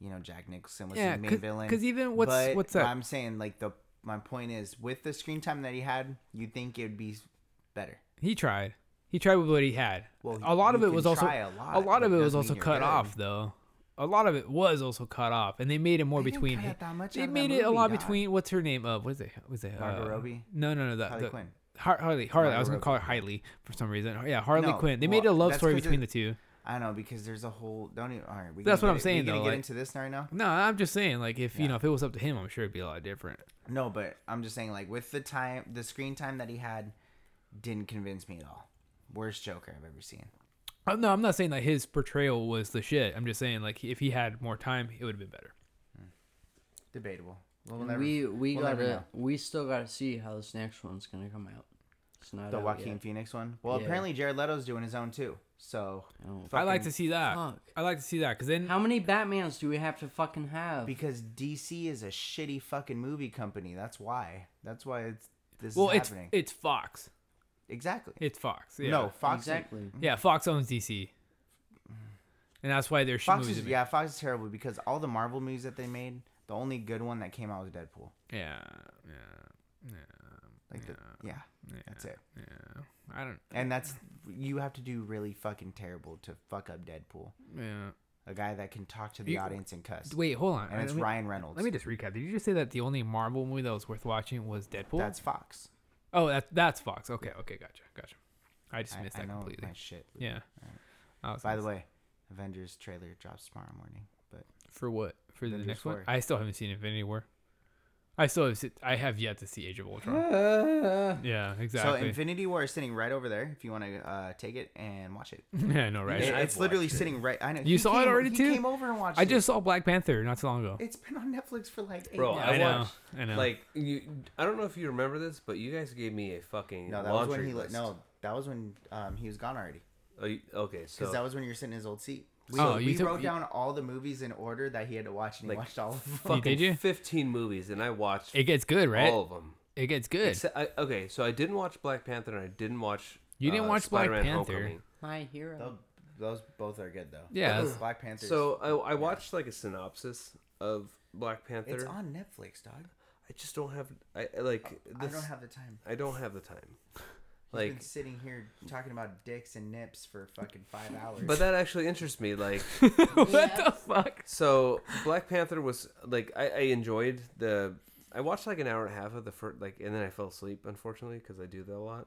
You know, Jack Nicholson was
Yeah,
the main villain.
because even what's
but
what's that?
I'm saying like the my point is with the screen time that he had, you'd think it'd be better.
He tried. He tried with what he had.
Well,
a lot of
you
it was
can
also
try
a
a
lot,
lot, but
of it was
doesn't
also
mean you're
cut
good.
off though. a lot of it was also cut off, and they made it more
They didn't
between.
cut out that much out
they
of that
made it a lot
movie, dog.
between. What's her name? Uh, what's it? Was it
Margot
uh,
Robbie?
No, no, no. The,
Harley
the-
Quinn.
Har- Harley, Harley. I was gonna
Margot
call her Hiley for some reason. Yeah, Harley
No,
Quinn. They
well,
made a love
that's
story
'cause
between
it-
the two.
I know because there's a whole. Don't even. All right, we
That's
gonna get
what I'm
it-
saying,
We gonna
though,
get
like-
into this right now.
No, I'm just saying, like, if you know, if it was up to him, I'm sure it'd be a lot different.
No, but I'm just saying, like with the time, the screen time that he had, didn't convince me at all. Worst Joker I've ever seen.
Uh, No, I'm not saying that his portrayal was the shit. I'm just saying, like, if he had more time, it would have been better.
Debatable. Well, we'll never,
we we
we'll never
gotta
know.
we still gotta see how this next one's gonna come out. It's not
the
out
Joaquin
yet.
Phoenix one. Well,
Yeah.
apparently Jared Leto's doing his own too. So
Oh.
I like
fucking-
to see that.
Fuck.
I like to see that because then
How many Batmans do we have to fucking have?
because DC is a shitty fucking movie company. That's why. That's why it's this
Well,
is
it's
happening.
it's Fox.
exactly.
It's Fox. Yeah.
No, Fox.
exactly.
Yeah, Fox owns DC, and that's why their sh-
Fox
movies.
is
are
yeah. Fox is terrible because all the Marvel movies that they made, the only good one that came out was Deadpool.
yeah, yeah, yeah.
Like yeah, the, yeah, that's it.
yeah. I don't.
And that's you have to do really fucking terrible to fuck up Deadpool,
Yeah.
a guy that can talk to the
You-
audience and cuss.
Wait, hold on.
and it's
let me,
Ryan Reynolds.
Let me just recap. Did you just say that the only Marvel movie that was worth watching was Deadpool?
That's Fox.
oh, that's that's Fox. Okay, okay, gotcha, gotcha. I just
I,
missed
I
that
know
completely.
my shit.
Yeah. I was
By the
gonna
way, Avengers trailer drops tomorrow morning, but
say- for what? For the
Avengers
next one?
4.
I still haven't seen Infinity War. I still have. se- I have yet to see Age of Ultron. yeah, Uh, exactly.
so Infinity War is sitting right over there. If you want to uh, take it and watch
*laughs*
it,
yeah, no, right?
It-
I've
it's literally
watched it.
sitting right. I know.
You saw it
came-
already,
he
too?
Came over and watched.
I
it.
just saw Black Panther not so long ago.
It's been on Netflix for like eight
Bro,
months.
I
I
know.
watched,
I know.
Like you, I don't know if you remember this, but you guys gave me a fucking
No, that was
laundry
when he. li-
list.
No, that was when um, he was gone already.
Oh, you, okay, so
Because that was when you were sitting in his old seat. We,
Oh, you
we
took-
wrote
you-
down all the movies in order that he had to watch, and
Like,
he watched all of *laughs* them.
You
fucking
did you?
fifteen movies, and I watched
It gets good, right?
all of them.
It gets good.
oh, Except, I, okay, so I didn't watch Black Panther, and I didn't watch.
You didn't
uh,
watch Black
Spider-Man
Panther.
Homecoming.
My hero.
Tho- Those both are good though.
Yeah, that's-
Black Panther.
So I, I watched like a synopsis of Black Panther.
it's on Netflix, dog.
I just don't have. I I, like.
I
This,
don't have the time.
I don't have the time.
He's been
Like,
sitting here talking about dicks and nips for fucking *laughs* five hours.
but that actually interests me. Like,
what the fuck?
so Black Panther was like I, I enjoyed the I watched like an hour and a half of the first like and then I fell asleep unfortunately because I do that a lot.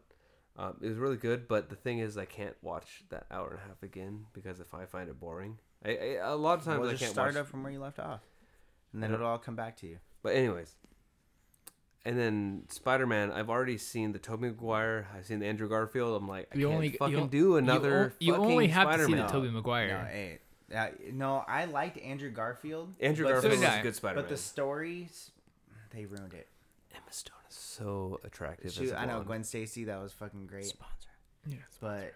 Um, it was really good, but the thing is I can't watch that hour and a half again because if I find it boring, I, I a lot of times
we'll
I
just
can't
start
watch.
up from where you left off, and then it'll all come back to you.
But anyways, and then Spider Man I've already seen the Tobey Maguire I've seen the Andrew Garfield I'm like I
You
can't
only- you
fucking
on- you
do
on-
another
you
fucking
only have to see the
Spider-Man.
Tobey Maguire.
No, hey, uh, no, I liked Andrew Garfield.
Andrew
but
Garfield
did
is
I.
a good Spider Man.
But the stories, they ruined it.
Emma Stone is so attractive.
She,
as a
I know
blonde.
Gwen Stacy. That was fucking great.
Yeah,
But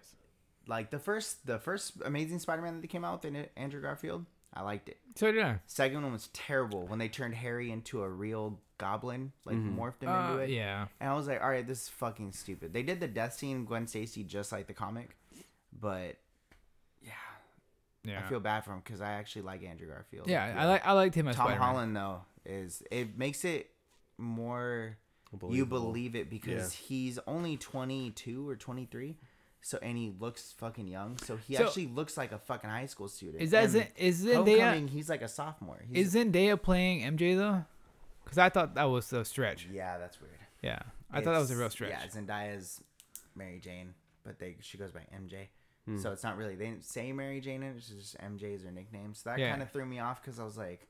like the first, the first Amazing Spider-Man that they came out with, in Andrew Garfield, I liked it.
so did I.
Second one was terrible when they turned Harry into a real goblin, like morphed him
Uh,
into it.
yeah.
And I was like, all right, this is fucking stupid. They did the death scene in Gwen Stacy just like the comic, but
Yeah.
I feel bad for him because I actually like Andrew Garfield.
yeah, I like I liked him as
Tom
Spider-Man.
Holland though is it makes it more you
Believable.
believe it because he's only 22 or 23 so and he looks fucking young so he
So-
actually looks like a fucking high school student
Is that
And
Zen- is
homecoming,
Zendaya
he's like a sophomore he's,
is Zendaya playing MJ though? Because I thought that was a stretch.
yeah that's weird
Yeah, I thought that was a
It's-
real stretch.
yeah Zendaya's Mary Jane but they she goes by MJ so it's not really they didn't say Mary Jane in it, it's just MJ is her nickname so that
Yeah.
kind of threw me off because I was like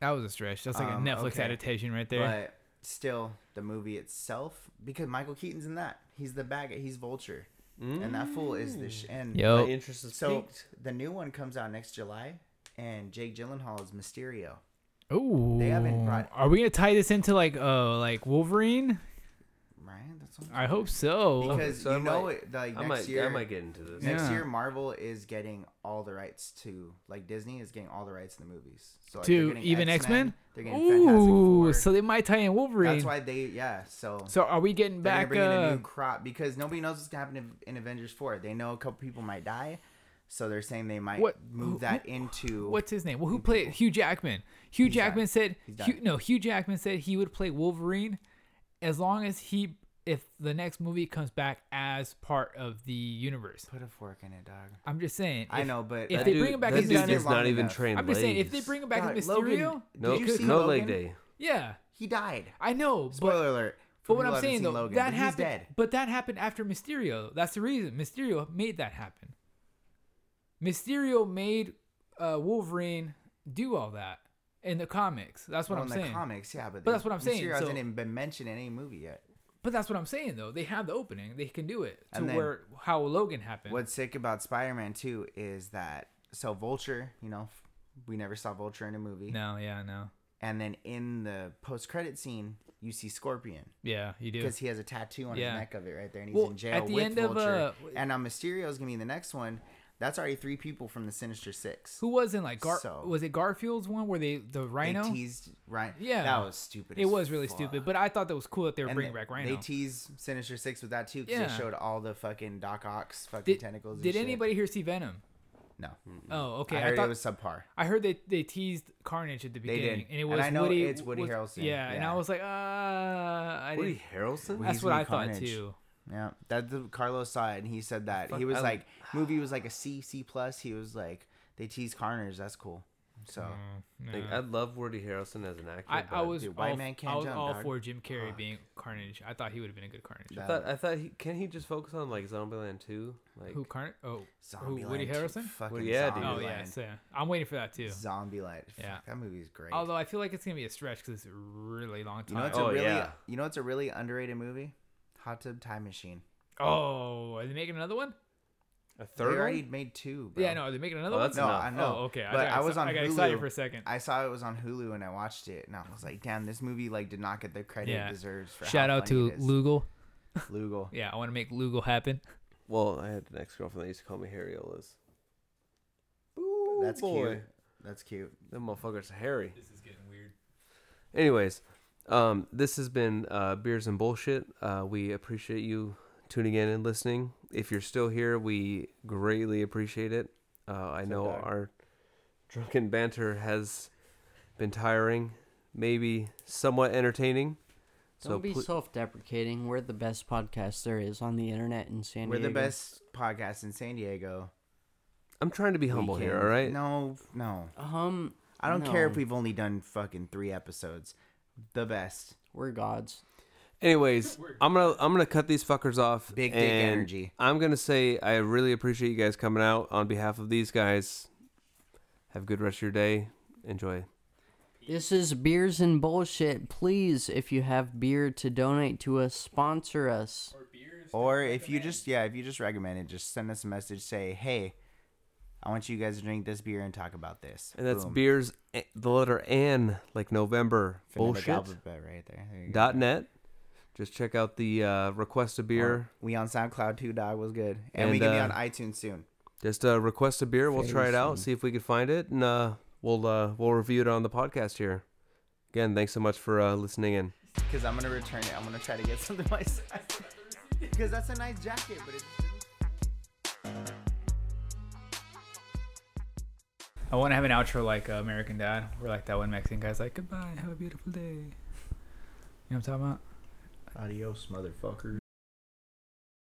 That was a stretch. That's like
Um,
a Netflix
okay.
adaptation right there.
But still, the movie itself, because Michael Keaton's in that. He's the bad guy. He's Vulture, and that fool is the sh- and
My
Yo,
interest is
so
piqued.
the new one comes out next July, and Jake Gyllenhaal is Mysterio.
ooh,
haven't brought-
are we gonna tie this into like uh like Wolverine?
Right? That's what
I hope so.
because
So I
you know
might-
it. Like
I
next
might,
year,
I might get into this.
next
Yeah.
year Marvel is getting all the rights to like Disney is getting all the rights to the movies. So like, they're
to
getting
even X Men.
They're getting Fantastic
Ooh,
Four.
so they might tie in Wolverine.
that's why they yeah. So
so are we getting
They're gonna
back?
bring in a
Uh,
new crop because nobody knows what's gonna happen in, in Avengers Four. They know a couple people might die, so they're saying they might
What- who-
move that into
what's his name? Well, who played Hugh Jackman? Hugh
done.
Jackman said
He's
Hugh,
done.
no. Hugh Jackman said he would play Wolverine as long as he if the next movie comes back as part of the universe.
Put a fork in it, dog.
I'm just saying.
I
if-
know, but
if
that
they
dude-
bring him back
that
as
he's
dude
done it
does not
long
even
enough.
train
I'm just saying, if they
legs.
bring him back
God,
as
Logan-
Mysterio,
no,
Did you see
no
Logan?
leg day.
yeah,
He died.
I know.
Spoiler alert. for people
But what
who
I'm
haven't
saying
seen
though,
Logan,
that
he's
happened.
dead.
But that happened after Mysterio. That's the reason Mysterio made that happen. Mysterio made uh, Wolverine do all that in the comics. That's what
Well,
I'm
in
saying.
the comics, yeah, but,
But that's what I'm saying,
Mysterio
so-
hasn't even been mentioned in any movie yet.
But that's what I'm saying though. They have the opening. They can do it to
And then-
where how Logan happened.
What's sick about Spider-Man 2 is that so Vulture, you know, f- we never saw Vulture in a movie,
No, yeah, no,
and then in the post-credit scene, you see Scorpion
yeah, you do.
because he has a tattoo on
Yeah.
his neck of it right there, and he's
Well,
in jail
at the
with
end of,
Vulture.
uh,
and now Mysterio's gonna be the next one. That's already three people from the Sinister Six.
Who was in like Gar?
So-
was it Garfield's one where they the
They
Rhino?
teased Ryan.
Yeah.
that was stupid.
It
as
was really
fuck.
stupid, but I thought that was cool that they were
And
bringing
they-
back Rhino.
They teased Sinister Six with that too because
Yeah.
they showed all the fucking Doc Ock's fucking
did
tentacles. and
did
shit.
anybody here see Venom?
No,
Oh, okay.
I
I,
heard
thought
it was subpar.
I heard they they teased Carnage at the
They
beginning,
did.
and it
And
was
I know
Woody.
it's Woody
was-
Harrelson,
Yeah, and I
yeah.
was like, uh, I didn't-
Woody Harrelson?
that's
he's
what
in
I thought
Carnage.
too.
Yeah, that the, Carlos saw it and he said that he was
I-
like movie was like a C C plus. He was like they tease Carnage. That's cool. So
Mm.
Like, I love Woody Harrelson as an actor.
I, I
but
was
dude, white
all,
man can't
I was
jump,
all
dog.
for Jim Carrey being Carnage. I thought he would have been a good Carnage.
I
that-
thought, I thought he can he just focus on like Zombieland 2? Like
Who Carnage? Oh,
Zombieland,
who Woody
too.
Harrelson?
Fucking
Well, yeah, dude.
Oh
Zombieland.
yeah, so, yeah. I'm waiting for that too.
Zombieland. Fuck,
Yeah.
that movie is great.
Although I feel like it's gonna be a stretch because it's a really long
you know
time.
it's a
Oh,
really
yeah.
you know it's a really underrated movie. Hot Tub Time Machine.
oh, are they making another one?
a
They
third
already
one?
made two. Bro.
Yeah, no, are they making another
Oh,
one?
that's
No,
enough.
I know.
Oh, okay. I
But
got
I, was
exci-
on
I got
Hulu.
excited for a second.
I saw it was on Hulu and I watched it and I was like, damn, this movie like did not get the credit
Yeah.
it deserves. For
Shout
how
out
funny
to
it is.
Lugal.
Lugal.
Yeah, I want to make Lugal happen.
Well, I had an ex girlfriend that used to call me Harriolas.
That's
Oh, boy.
cute. That's cute.
Them motherfuckers are hairy.
This is getting weird.
Anyways, um, this has been uh, Beers and Bullshit. Uh, we appreciate you tuning in and listening. If you're still here, we greatly appreciate it. Uh, I know
dark.
our drunken banter has been tiring, maybe somewhat entertaining.
Don't
So
be
pl-
self-deprecating. We're the best podcast there is on the internet in San
We're
Diego.
the best podcast in San Diego.
I'm trying to be humble
We
here,
can-
all right?
No, no.
Um,
I don't care if
no.
we've only done fucking three episodes. The best.
We're gods.
Anyways, I'm gonna I'm gonna cut these fuckers off.
Big dick
and
energy.
I'm gonna say I really appreciate you guys coming out on behalf of these guys. Have a good rest of your day. Enjoy.
This is beers and bullshit. Please, if you have beer to donate to us, sponsor us.
Or if you just yeah, if you just recommend it, just send us a message. Say hey, I want you guys to drink this beer and talk about this.
And that's
Boom.
beers eh, the letter N like November
Phonetic
bullshit
alphabet right there. There you go.
dot net. Just check out the uh, request a beer.
We on SoundCloud too. Dog was good, and,
And,
we can be
uh,
on iTunes soon.
Just uh, request a beer. We'll try it out. See if we can find it, and uh, we'll uh, we'll review it on the podcast here. Again, thanks so much for uh, listening in.
Cause I'm gonna return it. I'm gonna try to get *laughs* something myself. Cause that's a nice jacket, but it just doesn't
I want to have an outro like uh, American Dad, where like that one Mexican guy's like, "Goodbye, have a beautiful day." You know what I'm talking about?
Adios, motherfucker.